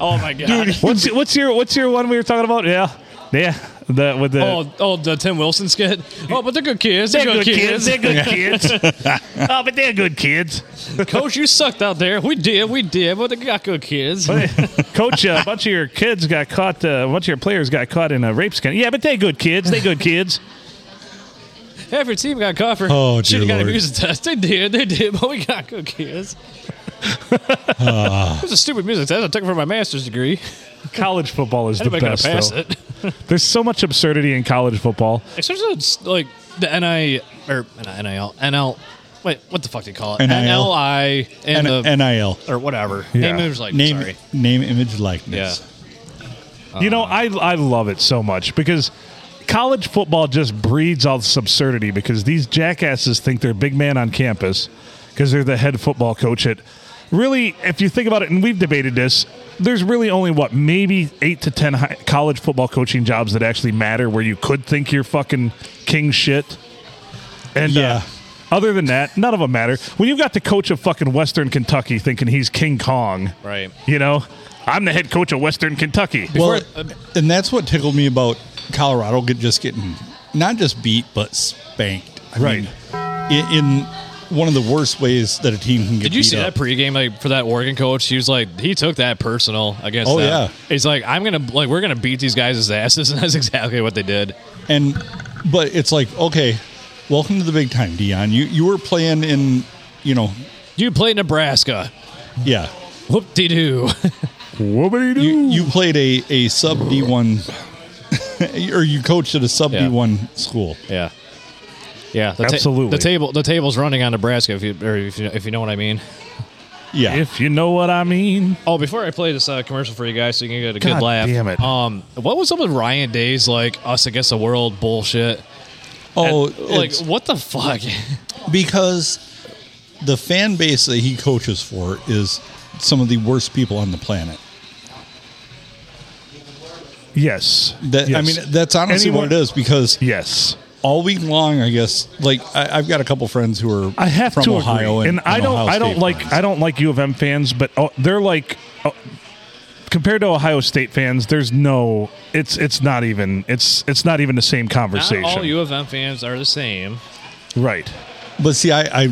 S3: oh my god.
S2: what's what's your what's your one we were talking about? Yeah, yeah, the with the.
S3: Oh, oh, the Tim Wilson skit. Oh, but they're good kids. They're, good, kids. <laughs>
S2: good kids. oh, but they're good kids.
S3: Coach, you sucked out there. We did, we did, but they got good kids.
S2: <laughs> Coach, uh, a bunch of your kids got caught. Uh, a bunch of your players got caught in a rape scandal. Yeah, but they good kids. They good kids.
S3: Half your team got caught for
S1: Oh,
S3: should
S1: dear
S3: have got a
S1: Lord.
S3: music test. They did, they did, but we got good kids. it was a stupid music test. I took it for my master's degree.
S2: college football is the
S3: Anybody got
S2: best.
S3: to pass
S2: though.
S3: it.
S2: There's so much absurdity in college football.
S3: Except for it's like the NI or not NIL NL. Wait, what the fuck do you call it?
S1: NIL.
S3: NLI and
S1: N-
S3: the
S1: NIL
S3: or whatever.
S2: Yeah.
S3: Name is like
S1: name
S3: sorry.
S1: name image likeness.
S3: Yeah.
S2: you know, I I love it so much because college football just breeds all this absurdity because these jackasses think they're big man on campus because they're the head football coach at really if you think about it and we've debated this there's really only what maybe 8 to 10 high, college football coaching jobs that actually matter where you could think you're fucking king shit and
S1: Yeah.
S2: yeah Other than that, none of them matter. When you've got the coach of fucking Western Kentucky thinking he's King Kong,
S3: Right.
S2: You know, I'm the head coach of Western Kentucky.
S1: Well,
S3: uh,
S1: and that's what tickled me about Colorado get, just getting not just beat but spanked. I
S2: Right.
S1: mean, i- in, one of the worst ways that a team can get.
S3: Did you
S1: beat
S3: see
S1: up.
S3: that pregame like for that Oregon coach? He was like, he took that personal against.
S1: Oh,
S3: them.
S1: yeah.
S3: He's like, I'm gonna like we're gonna beat these guys' asses, <laughs> and that's exactly what they did.
S1: And but it's like okay, welcome to the big time, Dion. You you were playing in you know
S3: You played Nebraska.
S1: yeah
S3: Whoop de <laughs> doo.
S2: Whoopity doo.
S1: you you played a a sub D one <laughs> or you coached at a sub
S3: Yeah.
S1: D one school.
S3: yeah. Yeah. The
S2: Absolutely.
S3: The table. The table's running on Nebraska. If you or if you, if you know what I mean.
S1: Yeah,
S2: If you know what I mean.
S3: Oh, before I play this uh, commercial for you guys, so you can get a
S2: God
S3: good laugh.
S2: damn it.
S3: Um, what was up with Ryan Day's like us against the world bullshit?
S1: oh
S3: like
S1: it's-
S3: what the fuck?
S1: because the fan base that he coaches for is some of the worst people on the planet.
S2: Yes.
S1: That I
S2: Yes.
S1: mean, that's honestly
S2: Anyone-
S1: what it is because
S2: Yes.
S1: all week long, I guess, like I, I've got a couple friends who are
S2: I have
S1: from
S2: to
S1: Ohio,
S2: agree.
S1: and,
S2: And, I
S1: and
S2: don't,
S1: Ohio
S2: I don't
S1: State
S2: like,
S1: fans.
S2: I don't like U of M fans, but oh, they're like, oh, compared to Ohio State fans, there's no, it's, it's not even, it's, it's not even the same
S3: Not
S2: conversation,
S3: all U of M fans are the same.
S2: right?
S1: But see, I, I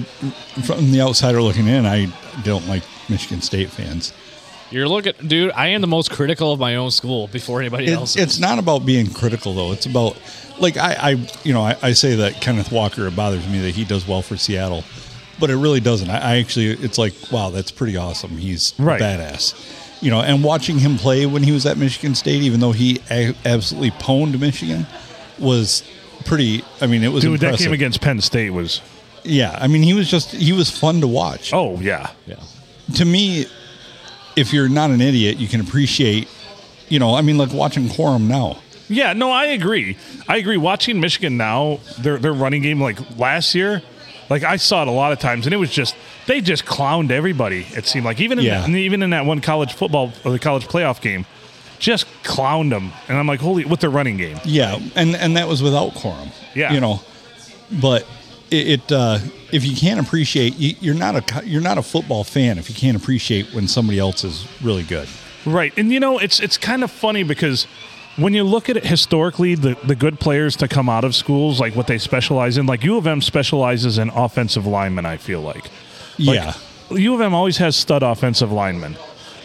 S1: from the outsider looking in, I don't like Michigan State fans.
S3: You're looking, dude. I am the most critical of my own school before anybody
S1: It,
S3: else.
S1: it's not about being critical though. It's about like I, I you know, I, I say that Kenneth Walker. It bothers me that he does well for Seattle, but it really doesn't. I, I actually, it's like wow, that's pretty awesome. He's
S2: Right.
S1: a badass. You know, and watching him play when he was at Michigan State, even though he a- absolutely pwned Michigan, was pretty. I mean, it was
S2: Dude, that
S1: impressive.
S2: game against Penn State was,
S1: yeah, I mean, he was just he was fun to watch
S2: oh yeah,
S3: Yeah.
S1: to me, if you're not an idiot, you can appreciate, you know, I mean, like watching Quorum now.
S2: yeah. No, I agree. I agree. Watching Michigan now, their their running game, like last year, like I saw it a lot of times, and it was just they just clowned everybody. It seemed like even in
S1: Yeah.
S2: that- even in that one college football or the college playoff game. Just clowned them, and I'm like, holy, with their running game.
S1: Yeah. And, and that was without Quorum.
S2: Yeah.
S1: You know, but it, it uh, if you can't appreciate, you, you're not a, co- you're not a football fan if you can't appreciate when somebody else is really good.
S2: Right. And you know, it's it's kind of funny because when you look at it historically, the, the good players to come out of schools, like what they specialize in, like U of M specializes in offensive linemen, I feel like.
S1: yeah.
S2: U of M always has stud offensive linemen.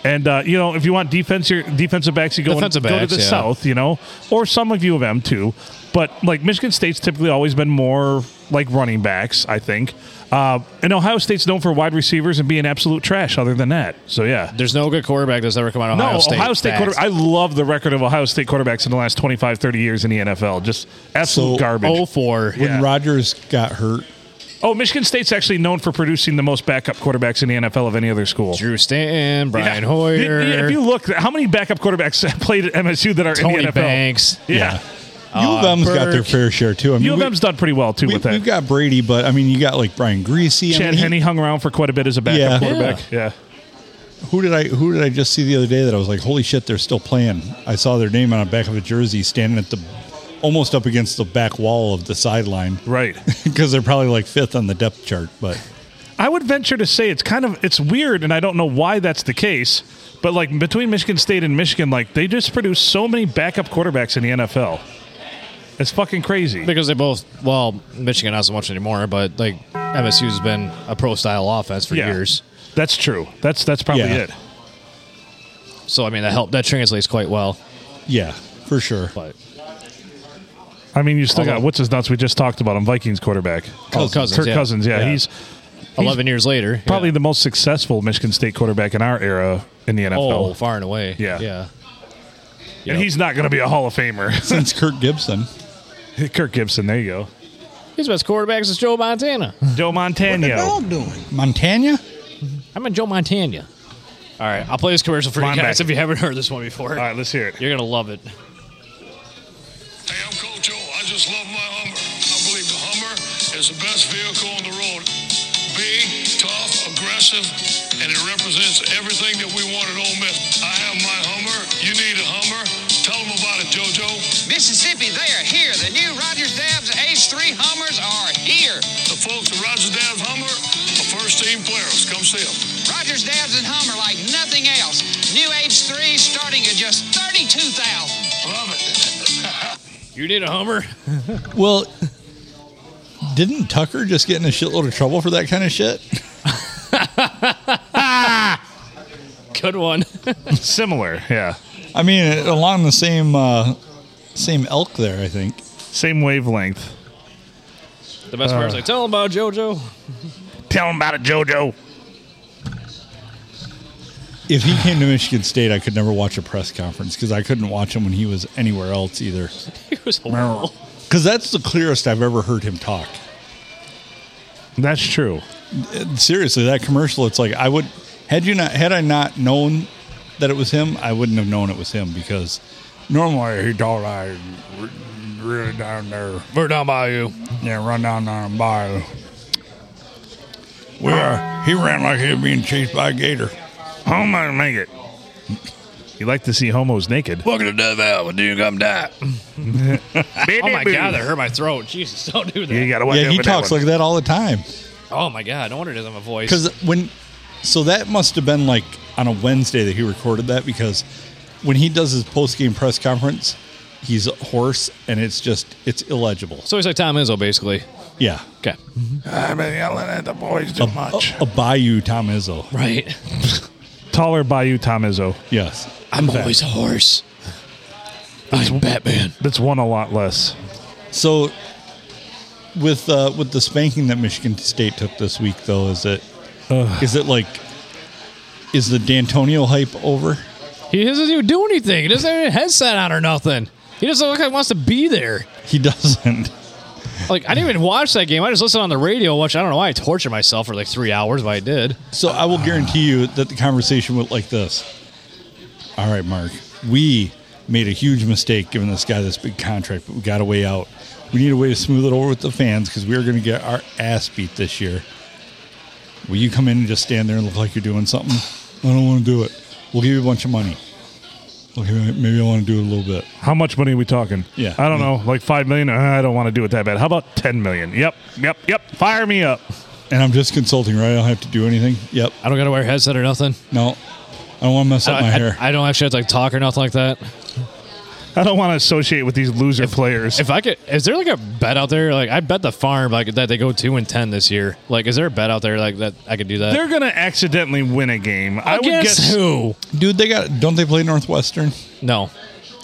S2: And uh, you know, if you want defense, your defensive backs, you go, and,
S3: Defensive
S2: go to
S3: backs,
S2: the
S3: yeah.
S2: south, you know, or some of U of M too. But like Michigan State's typically always been more like running backs, I think. Uh, and Ohio State's known for wide receivers and being absolute trash. Other than that, so yeah,
S3: There's no good quarterback that's ever come out of
S2: no,
S3: Ohio State.
S2: quarter- I love the record of Ohio State quarterbacks in the last 25, 30 years in the NFL. Just absolute
S1: So-
S2: garbage.
S3: oh four.
S1: When Rodgers got hurt,
S2: Oh, Michigan State's actually known for producing the most backup quarterbacks in the NFL of any other school.
S3: Drew Stanton, Brian
S2: <laughs> Yeah.
S3: Hoyer,
S2: If you look, how many backup quarterbacks <laughs> played at MSU that are in
S3: Tony
S2: the NFL?
S3: Banks.
S2: Yeah.
S1: U of M's got their
S3: Burke.
S1: fair share too. I mean,
S2: Uh, U of
S1: we-
S2: M's done pretty well, too,
S1: we,
S2: with that.
S1: have got Brady, but I mean, you got like Brian Greasy. I
S2: Chad
S1: mean, he-
S2: Henney hung around for quite a bit as a backup
S1: Yeah.
S2: quarterback. Yeah.
S1: who did I who did I just see the other day that I was like, holy shit, they're still playing. I saw their name on the back of a jersey, standing at the almost up against the back wall of the sideline <laughs>
S2: Right.
S1: because they're probably like fifth on the depth chart. But
S2: I would venture to say it's kind of it's weird, and I don't know why that's the case. But like between Michigan State and Michigan, like they just produce so many backup quarterbacks in the NFL. It's fucking crazy.
S3: because they both. Well, Michigan not so much anymore, but like MSU's been a pro style offense for
S2: Yeah.
S3: years.
S2: That's true. That's that's probably
S1: Yeah.
S2: it.
S3: So I mean that helped. That translates quite well.
S1: yeah, for sure.
S3: But
S2: I mean, you still got
S3: Although-
S2: what's his nuts. We just talked about him, Vikings quarterback,
S3: Cousins. Cousins,
S2: Kirk
S3: yeah.
S2: Cousins. Yeah,
S3: Yeah.
S2: he's
S3: eleven years later, yeah.
S2: probably the most successful Michigan State quarterback in our era in the NFL.
S3: oh far and away.
S2: Yeah.
S3: yeah.
S2: and
S3: yep.
S2: he's not going to be a Hall of Famer. <laughs>
S1: Since Kirk Gibson,
S2: Kirk Gibson. There you go.
S3: His best quarterbacks is
S2: <laughs>
S3: Joe Montana.
S2: Joe Montano.
S1: doing Montana.
S3: I'm in Joe Montana. All right, I'll play this commercial for you guys
S2: Linebacker.
S3: if you haven't heard this one before.
S2: All right, let's hear it.
S3: You're gonna love it.
S4: Hey, I'm Coach O. I just love my Hummer. I believe the Hummer is the best vehicle on the road. Big, tough, aggressive, and it represents everything that we want at Ole Miss. I have my Hummer. You need a Hummer. Tell them about it, JoJo.
S5: Mississippi, they are here. The new Rogers Dabs H3 Hummers are here.
S4: The folks at Rogers yourself.
S5: Rogers dabs and Hummer like nothing else. New Age 3 starting at just 32,000.
S4: Love it.
S3: You need a Hummer?
S1: Well, didn't Tucker just get in a shitload of trouble for that kind of shit?
S3: <laughs> Good one.
S2: Similar, yeah.
S1: I mean, along the same uh, same elk there, I think.
S2: Same wavelength.
S3: The best part is
S2: Uh.
S3: like, tell him about JoJo. <laughs>
S2: Tell him about it, JoJo.
S1: If he came to Michigan State, I could never watch a press conference because I couldn't watch him when he was anywhere else either.
S3: He was horrible.
S1: Because that's the clearest I've ever heard him talk.
S2: That's true.
S1: Seriously, that commercial, it's like I would had you not had I not known that it was him, I wouldn't have known it was him because normally he told I really down there
S3: We're down by you.
S1: Yeah, run down there and buy. Well, he ran like he was being chased by a gator.
S2: Homo to make it. You like to see homos naked.
S3: Welcome to Death Valley. Do you
S2: <laughs>
S3: come die? Oh my god, that
S2: they're
S3: hurt my throat. Jesus, don't do that.
S2: You gotta watch
S1: yeah,
S2: out
S1: he
S2: for that
S1: talks
S2: one.
S1: like that all the time.
S3: oh my god, no wonder it doesn't have a voice.
S1: Because when, so that must have been like on a Wednesday that he recorded that because when he does his post game press conference, he's hoarse and it's just it's illegible.
S3: so he's like Tom Izzo, basically.
S1: Yeah,
S3: Okay.
S2: Mm-hmm. I've been yelling at the boys too
S1: a, a Bayou Tom Izzo.
S3: Right.
S2: Taller Bayou Tom Izzo.
S1: Yes,
S3: I'm always a horse. I'm Batman.
S2: That's one a lot less.
S1: So, with uh, with the spanking that Michigan State took this week, though, is it is it like is the D'Antonio hype over?
S3: He doesn't even do anything. He doesn't have a headset on or nothing. He doesn't look like he wants to be there.
S1: He <laughs> doesn't.
S3: Like I didn't even watch that game. I just listened on the radio, which I don't know why I tortured myself for like three hours, but I did.
S1: So I will guarantee you that the conversation went like this. All right, Mark, we made a huge mistake giving this guy this big contract, but we got a way out. We need a way to smooth it over with the fans because we are going to get our ass beat this year. Will you come in and just stand there and look like you're doing something? I don't want to do it. We'll give you a bunch of money. Okay, maybe I want to do it a little bit.
S2: How much money are we talking?
S1: Yeah.
S2: I don't know. Like five million? Uh, I don't want to do it that bad. How about ten million? Yep. Yep. Yep. Fire me up.
S1: And I'm just consulting, right? I don't have to do anything. Yep.
S3: I don't gotta wear a headset or nothing.
S1: No. I don't want to mess up
S3: Uh, I,
S1: my
S3: I-
S1: hair.
S3: I don't actually have to like talk or nothing like that.
S2: I don't want to associate with these loser players.
S3: If I could, is there like a bet out there? Like I bet the farm like that they go two and ten this year. Like, is there a bet out there like that I could do that?
S2: they're gonna accidentally win a game. I would
S3: Against
S2: guess
S3: who?
S1: Dude, they got. Don't they play Northwestern?
S3: No.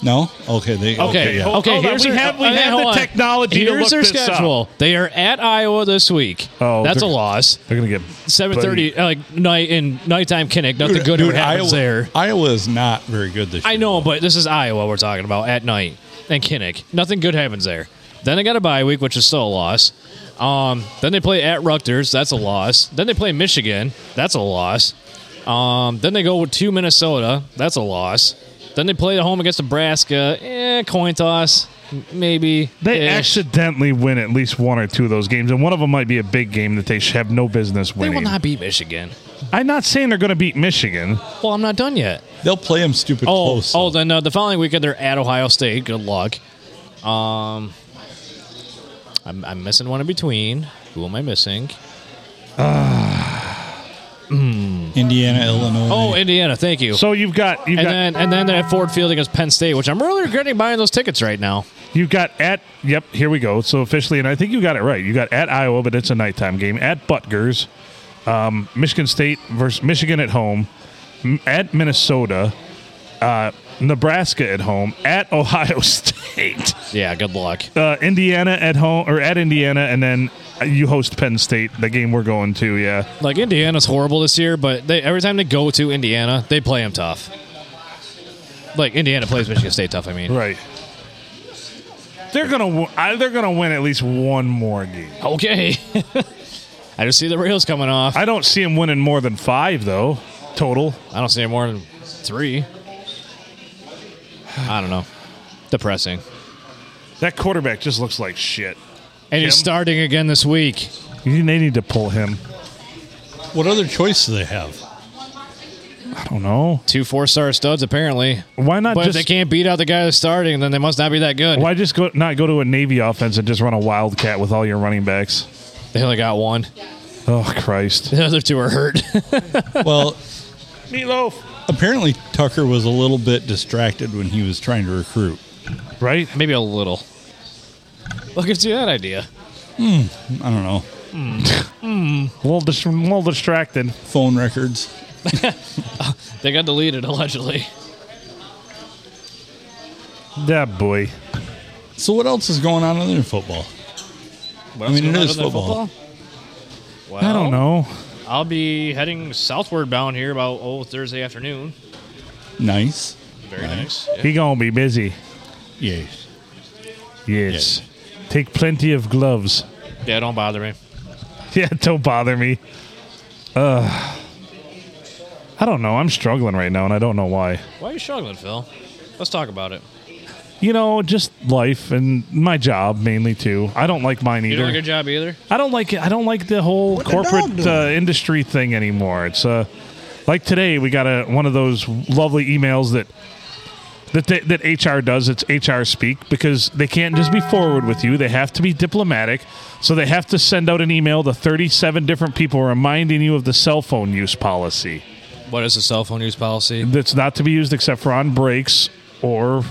S1: No. Okay. They.
S3: Okay.
S1: yeah.
S3: Okay.
S2: Hold on,
S3: here's
S2: we
S3: their-
S2: have- we
S3: okay,
S2: have
S3: hold
S2: the
S3: on.
S2: technology to
S3: Here's
S2: look
S3: their
S2: this up.
S3: schedule. They are at Iowa this week.
S2: Oh,
S3: that's a
S2: they're-
S3: loss.
S2: They're gonna get
S3: Seven thirty, like night in nighttime Kinnick. Nothing good ever happens
S1: Iowa,
S3: there.
S1: Iowa is not very good this year.
S3: I know, but this is Iowa we're talking about at night and Kinnick. Nothing good happens there. Then they got a bye week, which is still a loss. Um, then they play at Rutgers. That's a loss. Then they play Michigan. That's a loss. Um, then they go to Minnesota. That's a loss. Then they play at home against Nebraska. Eh, coin toss. m- Maybe.
S2: They
S3: Ish.
S2: accidentally win at least one or two of those games, and one of them might be a big game that they should have no business
S3: They
S2: winning.
S3: will not beat Michigan.
S2: I'm not saying they're going to beat Michigan.
S3: Well, I'm not done yet.
S1: They'll play them stupid
S3: Oh,
S1: close.
S3: oh,
S1: though.
S3: then uh, the following weekend they're at Ohio State. Good luck. Um, I'm, I'm missing one in between. Who am I missing?
S1: Indiana, Illinois.
S3: Oh, Indiana. Thank you.
S2: So you've got you've
S3: and
S2: got
S3: then and then they're at Ford Field against Penn State, which I'm really regretting buying those tickets right now.
S2: you've got at yep. Here we go. So officially, and I think you got it right. You got at Iowa, but it's a nighttime game. At Butgers, um, Michigan State versus Michigan at home. M- At Minnesota, uh, Nebraska at home. At <laughs> Ohio State.
S3: Yeah, good luck.
S2: uh, Indiana at home or at Indiana, and then you host Penn State, the game we're going to. Yeah,
S3: Like Indiana's horrible this year, but they, every time they go to Indiana, they play them tough. Like Indiana plays Michigan State tough. I mean,
S2: right. They're gonna w- I- they're gonna win at least one more game.
S3: okay. <laughs> I just see the rails coming off.
S2: I don't see them winning more than five though total.
S3: I don't see any more than three. I don't know. Depressing.
S2: That quarterback just looks like shit.
S3: And he's
S2: Jim?
S3: starting again this week.
S2: You- They need to pull him.
S1: what other choice do they have?
S2: I don't know
S3: Two four star studs, apparently.
S2: why not
S3: But if
S2: just
S3: they can't beat out the guy that's starting, then they must not be that good.
S2: why just go not go to a Navy offense and just run a wildcat with all your running backs.
S3: They only got one. <laughs>
S2: Oh Christ!
S3: The other two are hurt. <laughs>
S1: Well,
S2: Meatloaf,
S1: apparently Tucker was a little bit distracted when he was trying to recruit.
S2: right?
S3: Maybe a little. What gives you that idea?
S1: I don't know
S2: A little, dis- a little distracted.
S1: phone records.
S3: They got deleted allegedly.
S2: Yeah, boy.
S1: So what else is going on other than football?
S3: What
S1: I mean,
S3: else
S1: it
S3: goes
S1: is
S3: on in
S1: football.
S3: Well,
S2: I don't know.
S3: I'll be heading southward bound here about oh Thursday afternoon.
S1: Nice.
S3: Very nice.
S2: He gonna be busy.
S1: Yes.
S2: Yes. Take plenty of gloves. <laughs>
S3: Yeah. yeah, don't bother me.
S2: Yeah, don't bother me. Ugh. I don't know. I'm struggling right now, and I don't know why.
S3: Why are you struggling, Phil? Let's talk about it.
S2: You know, just life and my job mainly too. I don't like mine
S3: You
S2: either.
S3: doing a good job either.
S2: I don't like it. I don't like the whole
S1: the dog
S2: corporate
S1: doing?
S2: uh, industry thing anymore. It's uh, like today we got a one of those lovely emails that that they, that HR does. It's HR speak because they can't just be forward with you. They have to be diplomatic. So they have to send out an email to 37 different people reminding you of the cell phone use policy.
S3: What is the cell phone use policy?
S2: That's not to be used except for on breaks or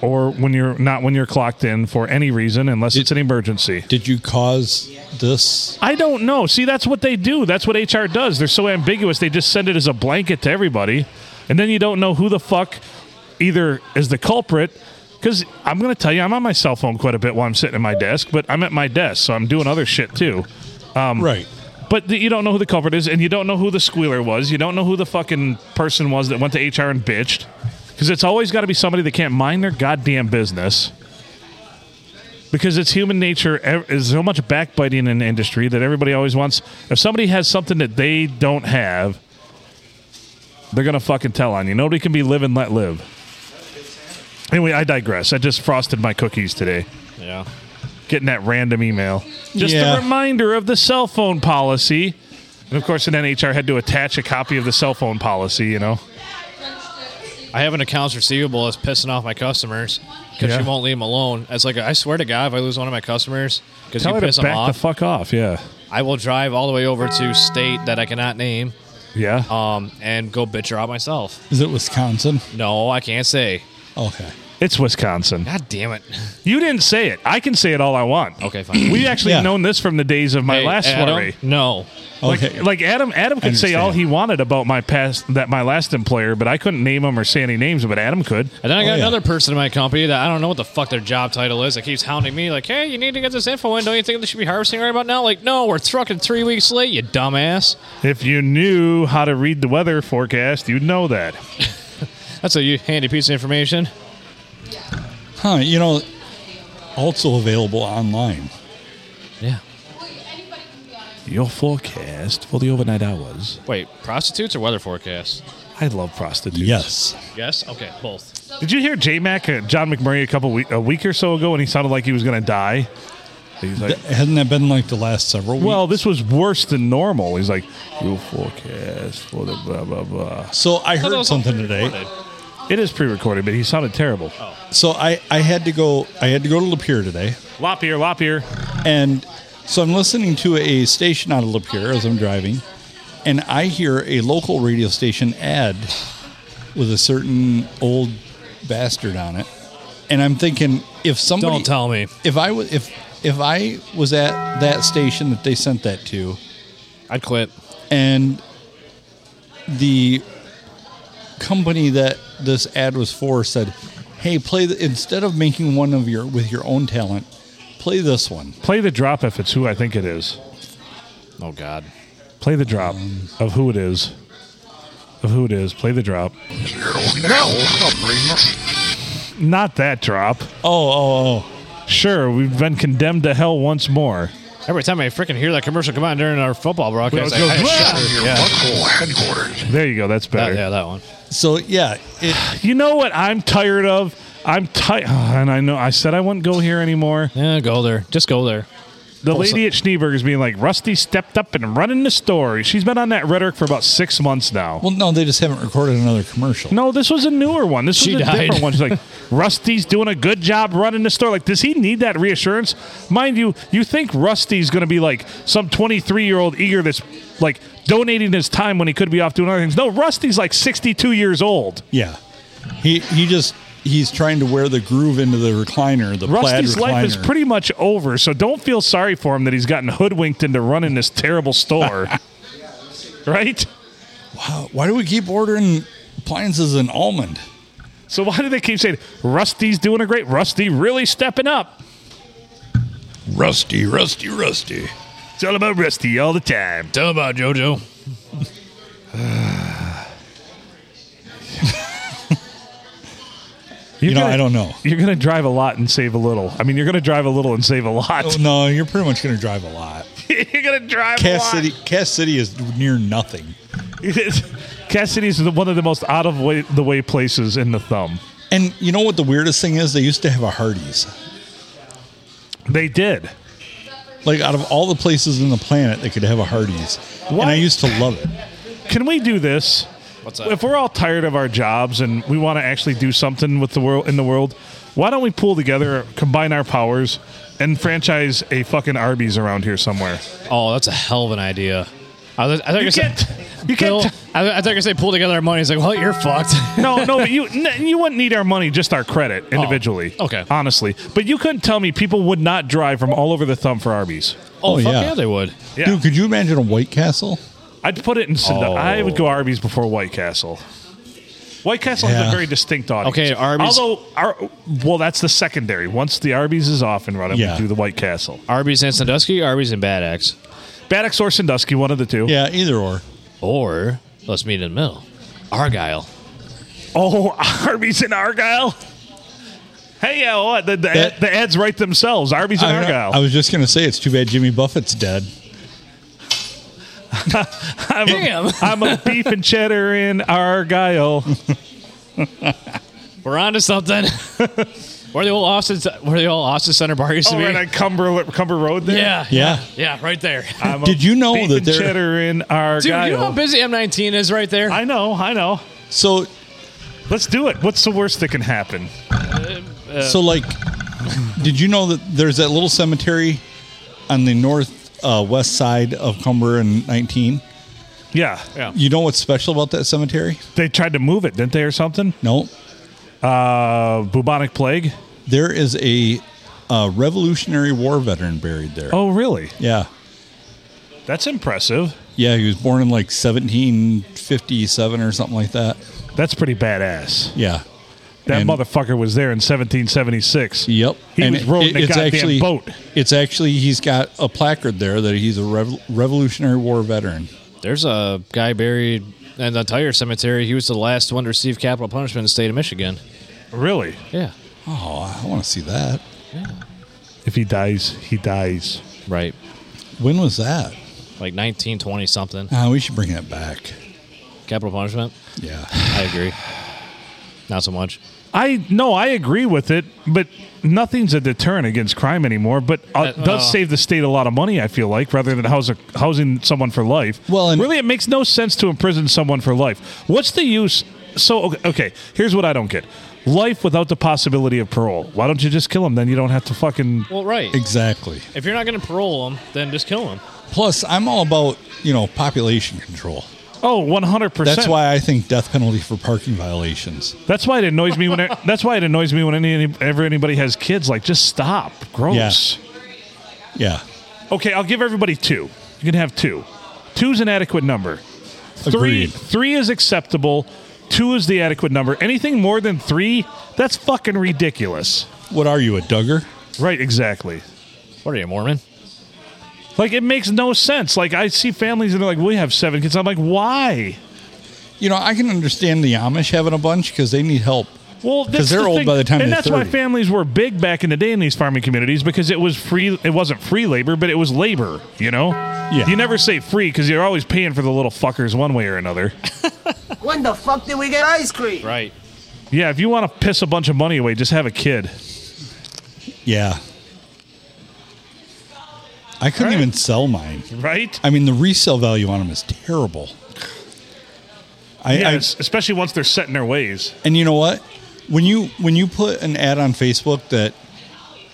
S2: or when you're not when you're clocked in for any reason unless it's an emergency.
S1: Did you cause this?
S2: I don't know. See, that's what they do. That's what HR does. They're so ambiguous. They just send it as a blanket to everybody, and then you don't know who the fuck either is the culprit. Because I'm going to tell you, I'm on my cell phone quite a bit while I'm sitting at my desk, but I'm at my desk, so I'm doing other shit too.
S1: right.
S2: But th- you don't know who the culprit is, and you don't know who the squealer was. You don't know who the fucking person was that went to HR and bitched. Because it's always got to be somebody that can't mind their goddamn business. Because it's human nature. ev- There's so much backbiting in the industry that everybody always wants. If somebody has something that they don't have, they're going to fucking tell on you. Nobody can be live and let live. Anyway, I digress. I just frosted my cookies today
S3: Yeah.
S2: getting that random email. Just
S1: Yeah.
S2: a reminder of the cell phone policy. And of course, an NHR had to attach a copy of the cell phone policy, you know?
S3: I have an accounts receivable that's pissing off my customers because
S2: Yeah.
S3: she won't leave them alone. It's like I swear to God, if I lose one of my customers because
S2: Tell
S3: you
S2: her
S3: piss
S2: to
S3: them
S2: back the
S3: off,
S2: fuck off, yeah.
S3: I will drive all the way over to state that I cannot name,
S2: Yeah.
S3: um, and go bitch her out myself.
S1: Is it Wisconsin?
S3: No, I can't say.
S1: Okay.
S2: it's Wisconsin.
S3: God damn it.
S2: You didn't say it. I can say it all I want.
S3: Okay, fine.
S2: <clears throat> We've actually
S1: Yeah.
S2: known this from the days of my
S3: Hey,
S2: last
S3: Adam,
S2: soiree.
S3: No.
S2: Like,
S1: Okay.
S2: like Adam, Adam could say
S1: understand.
S2: all he wanted about my past, that my last employer, but I couldn't name him or say any names. But Adam could.
S3: And then I
S1: Oh,
S3: got
S1: yeah.
S3: another person in my company that I don't know what the fuck their job title is that keeps hounding me, like, hey, you need to get this info in. Don't you think they should be harvesting right about now? Like, no, we're trucking three weeks late, you dumbass.
S2: If you knew how to read the weather forecast, you'd know that.
S3: That's a u- handy piece of information.
S1: Huh. You know, also available online.
S3: Yeah.
S2: Your forecast for the overnight hours.
S3: Wait, prostitutes or weather forecasts?
S2: I love prostitutes.
S1: Yes.
S3: Yes? Okay, both.
S2: Did you hear J Mac uh, John McMurray a couple week, a week or so ago when he sounded like he was going to die? He's like,
S1: Th- hasn't that been like the last several weeks?
S2: well, this was worse than normal. He's like, your forecast for the blah blah blah.
S1: so I
S3: That
S1: heard
S3: was
S1: something
S3: already
S1: today.
S3: recorded.
S2: It is pre-recorded, but he sounded terrible. Oh.
S1: So I, I had to go I had to go to Lapeer today.
S2: Lop-ear, lop-ear.
S1: And so I'm listening to a station out of Lapeer as I'm driving, and I hear a local radio station ad with a certain old bastard on it. And I'm thinking, if somebody
S3: Don't tell me.
S1: if I was if if I was at that station that they sent that to,
S3: I'd quit.
S1: and the company that this ad was for said, "Hey, play the, instead of making one of your with your own talent, play this one."
S2: Play the drop if it's who I think it is.
S3: Oh, God.
S2: Play the drop of who it is. Of who it is. Play the drop. Not that drop.
S1: Oh, oh, oh!
S2: Sure, we've been condemned to hell once more.
S3: Every time I freaking hear that commercial come on during our football broadcast, I,
S2: Well,
S3: I
S2: it goes,
S3: shudder. yeah.
S2: There you go. That's better.
S3: That, yeah, that one.
S1: So yeah, it,
S2: You know what I'm tired <sighs> of? I'm tired, and I know I said I wouldn't go here anymore.
S3: Yeah, go there. Just go there.
S2: The
S1: Well,
S2: lady at Schneeberger's being like, Rusty stepped up and running the story. She's been on that rhetoric for about six months now.
S1: Well, no, they just haven't recorded another commercial.
S2: No, this was a newer one. This
S3: She
S2: was a
S3: died.
S2: different one. She's
S3: <laughs>
S2: like, Rusty's doing a good job running the store. Like, does he need that reassurance? Mind you, you think Rusty's going to be like some 23 year old eager that's like donating his time when he could be off doing other things. No, Rusty's like 62 years old.
S1: Yeah, he he just he's trying to wear the groove into the recliner. The plaid
S2: Rusty's
S1: recliner.
S2: life is pretty much over, so don't feel sorry for him that he's gotten hoodwinked into running this
S1: <laughs>
S2: terrible store. right?
S1: Wow, why do we keep ordering appliances in almond?
S2: So why do they keep saying Rusty's doing a great Rusty really stepping up?
S1: Rusty, rusty, rusty.
S2: It's all about Rusty all the time.
S3: Tell about JoJo.
S2: You're
S1: You know, I don't know.
S2: You're gonna drive a lot and save a little. I mean, you're gonna drive a little and save a lot.
S1: Oh, no, you're pretty much going to drive a lot.
S2: <laughs> you're gonna drive a
S1: Cass
S2: lot. <laughs>
S1: City, Cass City is near nothing,
S2: Cassidy's the, one of the most out of way, the way places in the thumb.
S1: and you know what the weirdest thing is? They used to have a Hardee's.
S2: They did.
S1: Like out of all the places in the planet, they could have a Hardee's, and
S2: Why-
S1: I used to love it.
S2: Can we do this?
S3: What's that?
S2: If we're all tired of our jobs and we want to actually do something with the world in the world, why don't we pull together, combine our powers, and franchise a fucking Arby's around here somewhere?
S3: Oh, that's a hell of an idea. I, was, I thought you,
S2: You
S3: were saying-
S2: can't.
S3: <laughs>
S2: You
S3: Bill,
S2: can't.
S3: I, I thought you were saying pull together our money. It's like, well, you're fucked.
S2: no, no, but you n- you wouldn't need our money, just our credit individually.
S3: Oh, okay.
S2: Honestly, but you couldn't tell me people would not drive from all over the thumb for Arby's.
S3: oh,
S1: Oh,
S3: fuck
S1: yeah.
S3: yeah. they would.
S2: Yeah,
S1: Dude, could you imagine a White Castle?
S2: I'd put it in. Cinda-
S3: Oh.
S2: I would go Arby's before White Castle. White Castle has
S1: Yeah.
S2: a very distinct audience.
S3: Okay, Arby's-
S2: Although, Ar- well, that's the secondary. Once the Arby's is off and running,
S1: Yeah.
S2: we do the White Castle.
S3: Arby's and Sandusky, Arby's and Bad Axe.
S2: Bad Axe or Sandusky, one of the two.
S1: Yeah, either or.
S3: Or let's meet in the middle. Argyle.
S2: Oh, <laughs> Arby's in Argyle. Hey, yeah, what? The, the,
S1: That-
S2: the ads write themselves. Arby's in
S1: I,
S2: Argyle.
S1: I was just going to say it's too bad Jimmy Buffett's dead.
S2: I'm
S3: Damn.
S2: A, <laughs> I'm a beef and cheddar in
S1: <laughs>
S2: Argyle.
S3: We're on to <laughs> something. where the old Austin where the old Austin Center bar used to
S2: Oh,
S3: be.
S2: right on Cumber, Cumber Road there?
S3: yeah.
S1: Yeah.
S3: Yeah, right there.
S2: I'm a
S1: Did you know
S2: beef
S1: that
S2: and
S1: there-
S2: cheddar in Argyle.
S3: Dude, you know how busy M19 is right there?
S2: I know, I know.
S1: So,
S2: Let's do it. What's the worst that can happen? Uh,
S1: so like, did you know that there's that little cemetery on the north uh, west side of Cumber and 19?
S2: Yeah.
S3: yeah.
S1: You know what's special about that cemetery?
S2: They tried to move it, didn't they, or something?
S1: No,
S2: Uh, bubonic plague.
S1: there is a uh, Revolutionary War veteran buried there.
S2: Oh, really?
S1: Yeah,
S2: That's impressive.
S1: yeah, he was born in like 1757 or something like that.
S2: That's pretty badass.
S1: Yeah,
S2: That
S1: And-
S2: motherfucker was there in 1776.
S1: Yep.
S2: He
S1: And
S2: was rowing
S1: it-
S2: a goddamn boat.
S1: It's actually he's got a placard there that he's a rev- Revolutionary War veteran.
S3: There's a guy buried in the entire cemetery. He was the last one to receive capital punishment in the state of Michigan.
S2: Really?
S3: Yeah.
S1: Oh, I want to see that.
S2: If he dies, he dies.
S3: Right.
S1: When was that?
S3: Like 1920 something.
S1: Ah, we should bring that back.
S3: Capital punishment.
S1: Yeah.
S3: I agree. Not so much.
S2: I no, I agree with it, but nothing's a deterrent against crime anymore. But uh,
S3: Uh,
S2: does
S3: well-
S2: save the state a lot of money. I feel like rather than house housing someone for life.
S1: Well, and-
S2: really, it makes no sense to imprison someone for life. What's the use? So okay, okay, here's what I don't get: life without the possibility of parole. Why don't you just kill him? Then you don't have to fucking.
S3: Well, right.
S1: Exactly.
S3: If you're not going to parole him, then just kill him.
S1: Plus, I'm all about you know population control.
S2: Oh, 100 percent.
S1: That's why I think death penalty for parking violations.
S2: That's why it annoys me when. I- that's why it annoys me when any, any ever anybody has kids. Like, just stop. Gross.
S1: Yeah.
S2: Okay, I'll give everybody two. You can have two. Two's an adequate number. Three,
S1: Agreed.
S2: three is acceptable. Two is the adequate number. Anything more than three, that's fucking ridiculous.
S1: What are you, a Duggar?
S2: Right, exactly.
S3: What are you, Mormon?
S2: Like it makes no sense. Like I see families and they're like, "We have seven kids." I'm like, "Why?"
S1: You know, I can understand the Amish having a bunch because they need help.
S2: Well,
S1: 'Cause
S2: that's
S1: they're
S2: the
S1: old
S2: thing.
S1: by the time
S2: and
S1: they're
S2: that's why
S1: 30.
S2: families were big back in the day in these farming communities because it was free. It wasn't free labor, but it was labor. You know,
S1: Yeah.
S2: You never say free because you're always paying for the little fuckers one way or another.
S6: When the fuck did we get ice cream?
S3: Right.
S2: Yeah, if you want to piss a bunch of money away, just have a kid.
S1: Yeah. I couldn't
S2: Right.
S1: even sell mine.
S2: right?
S1: I mean, the resale value on them is terrible. I,
S2: Yeah,
S1: I-
S2: es- especially once they're set in their ways.
S1: and you know what? When you when you put an ad on Facebook that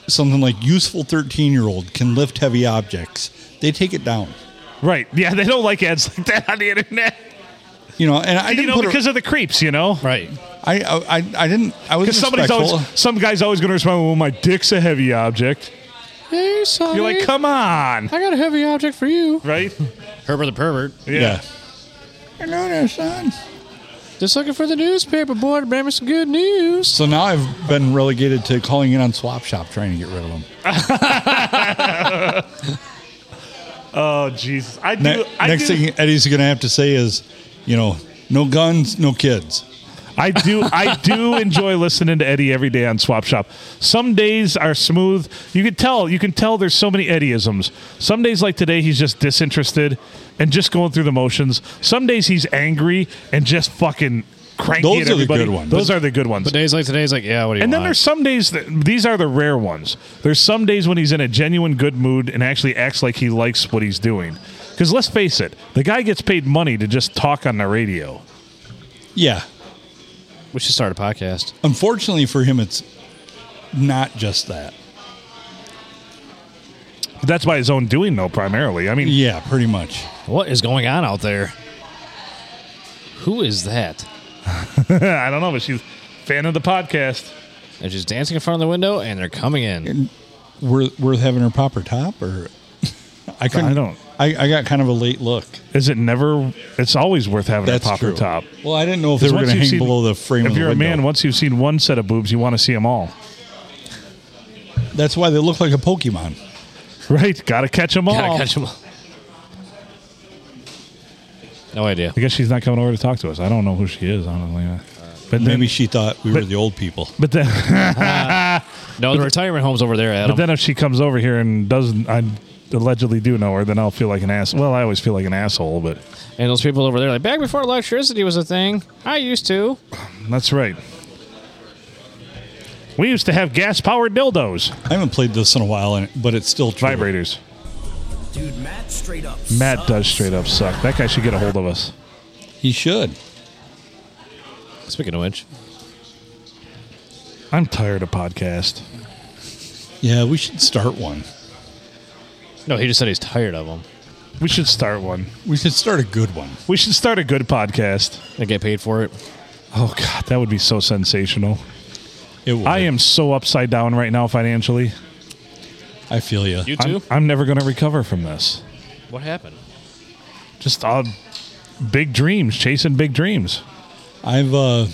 S1: something like useful thirteen year old can lift heavy objects, they take it down.
S2: Right. Yeah, they don't like ads like that on the internet.
S1: <laughs> You know, and I
S2: you
S1: didn't
S2: know,
S1: put a-
S2: because of the creeps, you know?
S3: Right.
S1: I, I I- I didn't I was
S2: Because somebody's
S1: respectful.
S2: always, some guy's always going to respond, well, my dick's a heavy object.
S3: Hey, Sonny,
S2: You're like, come on.
S3: I got a heavy object for you.
S2: Right?
S3: Herbert the pervert.
S1: <laughs> yeah. Hello there, son.
S3: Just looking for the newspaper boy to bring me some good news.
S1: So now I've been relegated to calling in on Swap Shop trying to get rid of them.
S2: Oh, Jesus. I do.
S1: Ne-
S2: I
S1: next
S2: do,
S1: thing Eddie's going to have to say is, you know, no guns, no kids.
S2: I do I do enjoy listening to Eddie every day on Swap Shop. Some days are smooth. You can tell you can tell there's so many Eddieisms. Some days like today he's just disinterested and just going through the motions. Some days he's angry and just fucking cranky
S1: Those
S2: at
S1: are the
S2: everybody.
S1: good ones.
S2: Those are the good ones.
S3: But days like today's like, yeah, what do you
S2: And then
S3: want?
S2: there's some days that these are the rare ones. There's some days when he's in a genuine good mood and actually acts like he likes what he's doing. Because let's face it, the guy gets paid money to just talk on the radio.
S1: Yeah.
S3: we should start a podcast.
S1: Unfortunately for him, it's not just that.
S2: That's by his own doing, though, primarily. I mean,
S1: Yeah, pretty much.
S3: What is going on out there? Who is that?
S2: <laughs> I don't know, but she's a fan of the podcast.
S3: They're just dancing in front of the window and they're coming in.
S1: Worth, worth having her pop her top, or <laughs> I couldn't.
S2: I don't-
S1: I, I got kind of a late look.
S2: Is it never? It's always worth having
S1: That's
S2: a popper
S1: true.
S2: top.
S1: Well, I didn't know if
S2: 'Cause
S1: they were
S2: once
S1: going to hang
S2: you've seen-
S1: below the frame.
S2: If
S1: of the
S2: you're a man,
S1: window.
S2: once you've seen one set of boobs, you want to see them all, <laughs>
S1: that's why they look like a Pokemon.
S2: right? Got to catch them all.
S3: Gotta catch 'em all. No idea.
S2: I guess she's not coming over to talk to us. I don't know who she is, honestly. But then,
S1: Uh, Maybe Uh, she thought we were the old people.
S2: but then, <laughs>
S3: No, the retirement home's over there, Adam.
S2: but then, if she comes over here and doesn't, I allegedly do know her, then I'll feel like an ass. Well, I always feel like an asshole, but
S3: and those people over there, are like back before electricity was a thing, I used to.
S2: that's right. We used to have gas-powered dildos,
S1: I haven't played this in a while, and but it's still true.
S2: vibrators.
S7: Dude, Matt straight up.
S2: Matt
S7: sucks.
S2: does straight up suck. That guy should get a hold of us.
S1: He should.
S3: Speaking of which,
S2: I'm tired of podcast.
S1: Yeah, we should start one.
S3: no, he just said he's tired of them.
S2: We should start one.
S1: We should start a good one.
S2: We should start a good podcast.
S3: They get paid for it.
S2: Oh god, that would be so sensational.
S1: It would.
S2: I am so upside down right now financially.
S1: I feel you.
S3: You too?
S2: I'm, I'm never going to recover from this.
S3: what happened?
S2: Just odd big dreams, chasing big dreams.
S1: I've uh,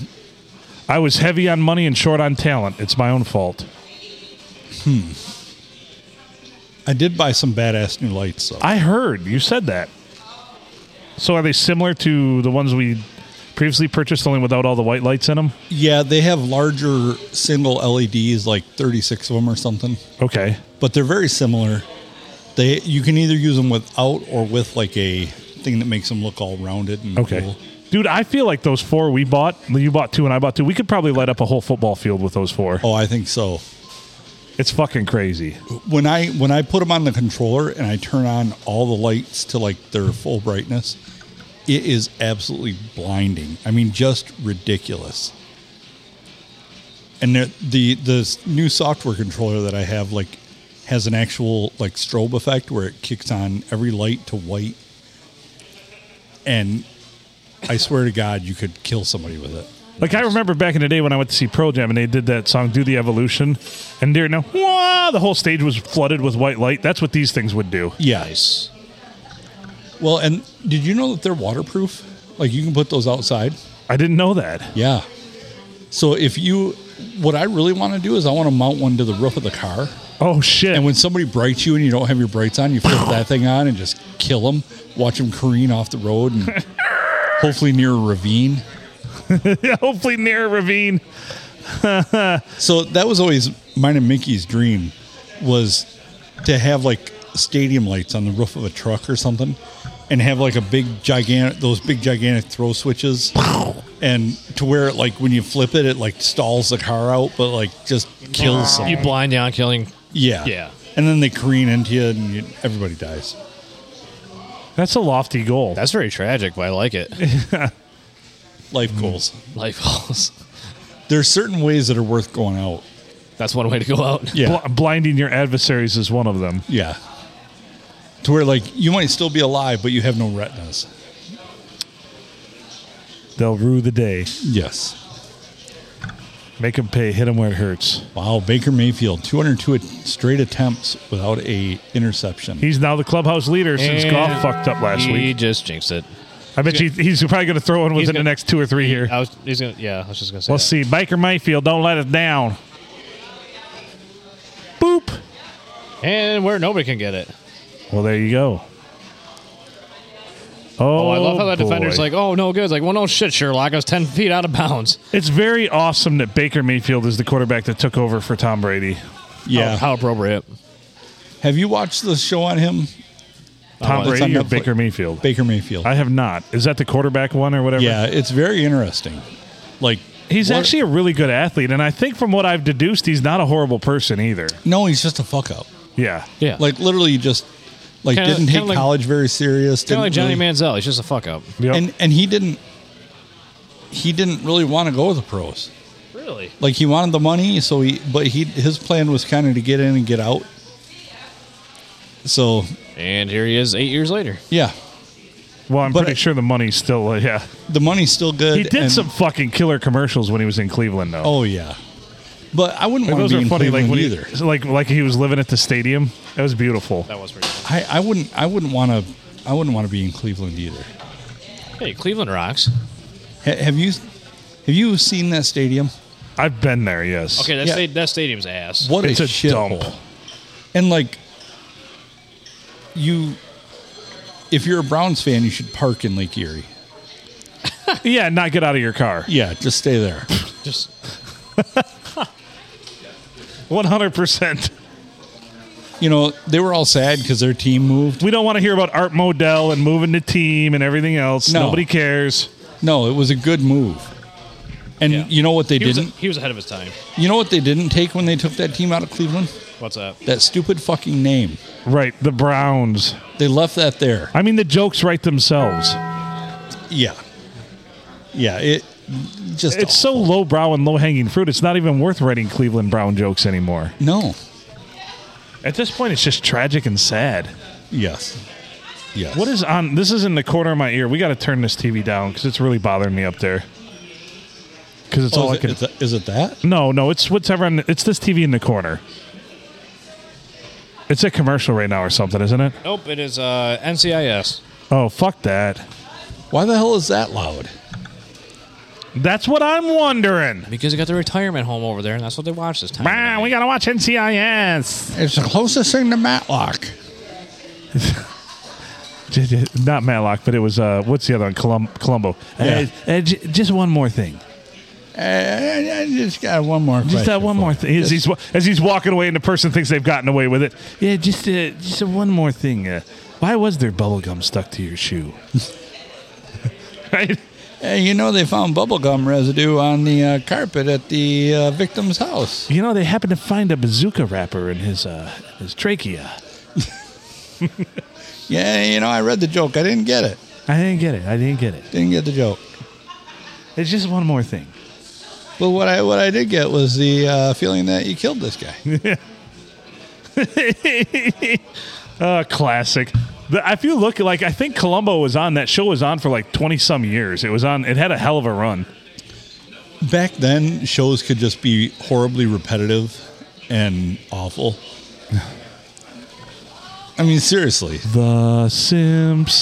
S2: I was heavy on money and short on talent. It's my own fault.
S1: I did buy some badass new lights. So.
S2: I heard you said that. So are they similar to the ones we previously purchased only without all the white lights in them?
S1: Yeah, they have larger single LEDs, like 36 of them or something,
S2: Okay.
S1: but they're very similar. They you can either use them without or with like a thing that makes them look all rounded and
S2: Okay.
S1: cool.
S2: Dude, I feel like those four we bought, you bought two and I bought two, we could probably light up a whole football field with those four.
S1: Oh, I think so.
S2: It's fucking crazy.
S1: When I when I put them on the controller and I turn on all the lights to like their full brightness, it is absolutely blinding. I mean, just ridiculous. And the the the new software controller that I have like has an actual like strobe effect where it kicks on every light to white. And I swear to God, you could kill somebody with it.
S2: Like I remember back in the day when I went to see Pearl Jam and they did that song "Do the Evolution," and they're now Wah! the whole stage was flooded with white light. That's what these things would do.
S1: Yeah. Well, and did you know that they're waterproof? Like you can put those outside.
S2: I didn't know that.
S1: Yeah. So if you, what I really want to do is I want to mount one to the roof of the car,
S2: Oh shit!
S1: and when somebody brights you and you don't have your brights on, you flip that thing on and just kill them. Watch them careen off the road and hopefully near a ravine.
S2: <laughs> Hopefully near a ravine.
S1: So that was always mine and Mickey's dream was to have like stadium lights on the roof of a truck or something and have like a big gigantic those big gigantic throw switches and to where it like when you flip it it like stalls the car out but like just kills
S3: You
S1: someone.
S3: blind down killing?
S1: yeah
S3: Yeah.
S1: and then they careen into you, and you, everybody dies.
S2: That's a lofty goal.
S3: That's very tragic, but I like it.
S2: <laughs>
S1: Life goals.
S3: Life goals.
S1: There's certain ways that are worth going out.
S3: That's one way to go out.
S1: Yeah,
S2: Bl- blinding your adversaries is one of them.
S1: yeah. To where like you might still be alive, but you have no retinas.
S2: They'll rue the day.
S1: Yes.
S2: Make them pay. Hit them where it hurts.
S1: Wow, Baker Mayfield, 202 at- straight attempts without a interception.
S2: He's now the clubhouse leader since golf
S3: And
S2: fucked up last
S3: he
S2: week.
S3: just jinxed it.
S2: I bet you he's probably going to throw in within
S3: gonna-
S2: the next two or three here.
S3: I was, he's gonna, yeah, I was just gonna say.
S2: Let's
S3: that.
S2: see. Baker Mayfield, don't let us down. Boop.
S3: And where nobody can get it.
S2: Well, there you go. Oh,
S3: Oh, I love how that defender's
S2: boy.
S3: like, oh no good. It's like, well, no shit, Sherlock. I was ten feet out of bounds.
S2: It's very awesome that Baker Mayfield is the quarterback that took over for Tom Brady.
S1: <laughs> yeah.
S3: How, how appropriate.
S1: Oh, have you watched the show on him,
S2: Tom
S1: it's
S2: Brady or
S1: on Netflix.
S2: Baker Mayfield?
S1: Baker Mayfield?
S2: I have not. Is that the quarterback one or whatever?
S1: yeah, it's very interesting. Like
S2: He's
S1: what-
S2: actually a really good athlete, and I think from what I've deduced, he's not a horrible person either.
S1: no, he's just a fuck up.
S2: Yeah.
S3: Yeah.
S1: Like literally just like
S3: Kinda-
S1: didn't
S3: kinda
S1: take
S3: like-
S1: college very serious.
S3: kind
S1: didn't
S3: of like Johnny
S1: really-
S3: Manziel. He's just a fuck up.
S2: Yep.
S1: and and he didn't he didn't really want to go with the pros.
S3: Really?
S1: Like he wanted the money, so he but he his plan was kind of to get in and get out. So
S3: And here he is, eight years later.
S1: yeah,
S2: well, I'm
S1: but
S2: pretty
S1: it-
S2: sure the money's still, uh, yeah.
S1: the money's still good.
S2: He did
S1: and-
S2: some fucking killer commercials when he was in Cleveland, though.
S1: Oh yeah, but I wouldn't want
S2: those
S1: to be
S2: are
S1: in
S2: funny. Like
S1: Cleveland
S2: when
S1: either.
S2: He, like like he was living at the stadium. That was beautiful.
S3: That was pretty. Good.
S1: I, I wouldn't I wouldn't want to I wouldn't want to be in Cleveland either.
S3: Hey, Cleveland rocks.
S1: Ha- have you have you seen that stadium?
S2: I've been there. Yes.
S3: Okay, that,
S1: Yeah.
S3: sta- that stadium's ass.
S1: What
S2: It's a
S1: shit
S2: dump.
S1: hole. And like you, if you're a Browns fan, you should park in Lake Erie.
S2: Yeah, not get out of your car.
S1: Yeah, just stay there.
S3: Just
S2: One hundred percent.
S1: You know they were all sad because their team moved.
S2: We don't want to hear about Art Modell and moving the team and everything else.
S1: No.
S2: Nobody cares.
S1: No, it was a good move. And
S3: Yeah.
S1: you know what they
S3: he was,
S1: didn't?
S3: he was ahead of his time.
S1: you know what they didn't take when they took that team out of Cleveland?
S3: What's that?
S1: That stupid fucking name.
S2: Right, the Browns.
S1: They left that there.
S2: I mean, the jokes write themselves.
S1: Yeah. Yeah, it just
S2: It's so lowbrow and low hanging fruit. It's not even worth writing Cleveland Brown jokes anymore.
S1: No.
S2: At this point, it's just tragic and sad.
S1: Yes. Yes.
S2: What is on? This is in the corner of my ear. We got to turn this TV down because it's really bothering me up there. Because it's all
S1: oh,
S2: I
S1: is, it,
S2: can.
S1: is, it, is it that?
S2: No, no, it's whatever. On, it's this TV in the corner. It's a commercial right now or something, isn't it?
S3: Nope, it is uh, NCIS.
S2: Oh, fuck that.
S1: Why the hell is that loud?
S2: That's what I'm wondering.
S3: Because they got the retirement home over there, and that's what they watch this time. of
S2: Man,
S3: night.
S2: we got to watch NCIS.
S1: It's the closest thing to Matlock.
S2: <laughs> Not Matlock, but it was, uh, what's the other one? Colum- Columbo.
S1: Yeah.
S2: Uh, uh, j- just one more thing.
S1: Uh, I, just got one more
S2: Just that one more thing. As he's, wa- as he's walking away, and the person thinks they've gotten away with it. Yeah, just uh, just one more thing. Uh, why was there bubble gum stuck to your shoe? <laughs> right?
S1: Hey, Uh, you know they found bubblegum residue on the uh, carpet at the uh, victim's house.
S2: You know, they happened to find a bazooka wrapper in his uh, his trachea.
S1: Yeah, you know I read the joke. I didn't get it.
S2: I didn't get it. I didn't get it.
S1: Didn't get the joke.
S2: It's just one more thing. <laughs>
S1: But what I what I did get was the uh, feeling that you killed this guy.
S2: Uh, classic. The, if you look, like I think Columbo was on that show was on for like twenty some years. It was on. It had a hell of a run.
S1: <laughs> Back then, shows could just be horribly repetitive and awful. <laughs> I mean, seriously.
S2: The Simpsons.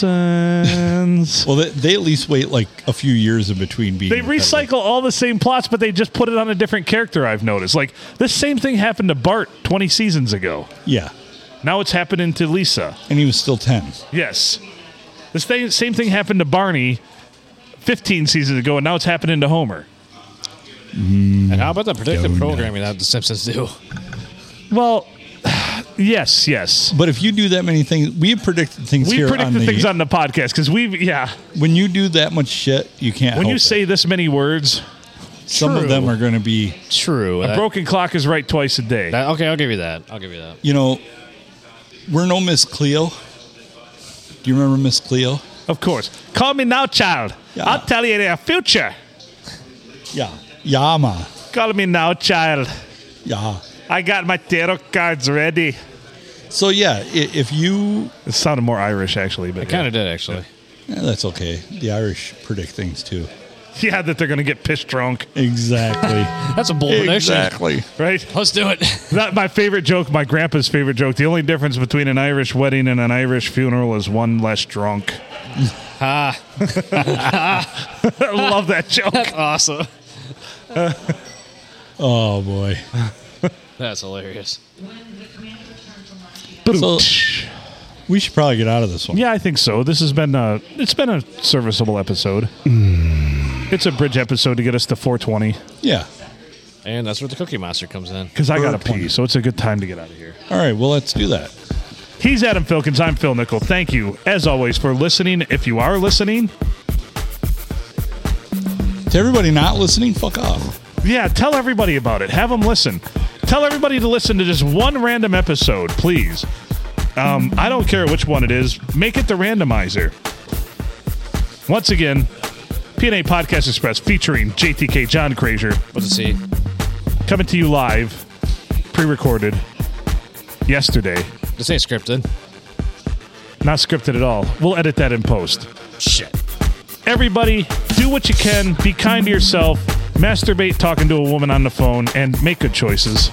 S1: Well, they, they at least wait like a few years in between being.
S2: they
S1: repetitive.
S2: recycle all the same plots, but they just put it on a different character. I've noticed. Like the same thing happened to Bart twenty seasons ago.
S1: Yeah,
S2: Now it's happening to Lisa.
S1: and he was still ten.
S2: Yes. The same, same thing happened to Barney 15 seasons ago, and now it's happening to Homer.
S3: And how about the predictive
S1: Donut.
S3: programming that the Simpsons do? <laughs>
S2: Well, <sighs> yes, yes.
S1: But if you do that many things, we predicted things
S2: We
S1: here
S2: predict
S1: on
S2: the
S1: the
S2: things on the podcast because we've, yeah.
S1: when you do that much shit, you can't.
S2: when
S1: help
S2: you
S1: it.
S2: say this many words,
S1: some
S3: true.
S1: of them are going to be,
S3: True.
S2: a
S3: that-
S2: broken clock is right twice a day.
S3: that- okay, I'll give you that. I'll give you that.
S1: you know, We're no Miss Cleo. Do you remember Miss Cleo?
S2: Of course. Call me now, child.
S1: Yeah.
S2: I'll tell you their future.
S1: Yeah. Yama.
S2: Call me now, child.
S1: Yeah.
S2: I got my tarot cards ready.
S1: So yeah, i- if you
S2: It sounded more Irish, actually, but
S3: I kind of did actually.
S1: eh, that's okay. The Irish predict things too.
S2: yeah. <laughs> yeah, that they're gonna get pissed drunk,
S1: <laughs> Exactly.
S3: That's a bold prediction.
S2: right?
S3: Let's do it. <laughs>
S2: That, my favorite joke, my grandpa's favorite joke. The only difference between an Irish wedding and an Irish funeral is one less drunk. I <laughs> love that joke.
S3: awesome.
S1: Oh boy.
S3: That's hilarious.
S1: So- We should probably get out of this one.
S2: yeah, I think so. This has been a it's been a serviceable episode. It's a bridge episode to get us to 420
S1: Yeah.
S3: And that's where the Cookie Monster comes in.
S2: because I got to
S1: Bird one.
S2: pee, so it's a good time to get out of here.
S1: All right. Well, let's do that.
S2: He's Adam Filkins. I'm Phil Nickel. Thank you, as always, for listening. If you are listening,
S1: To everybody not listening, fuck off.
S2: Yeah, tell everybody about it. Have them listen. Tell everybody to listen to just one random episode, please. Um, I don't care which one it is. Make it the randomizer. Once again, PNA Podcast Express featuring JTK John Crazier
S3: What's it see?
S2: coming to you live, pre-recorded yesterday.
S3: This ain't scripted.
S2: Not scripted at all. We'll edit that in post.
S3: Shit.
S2: Everybody, do what you can. Be kind to yourself. Masturbate talking to a woman on the phone and make good choices.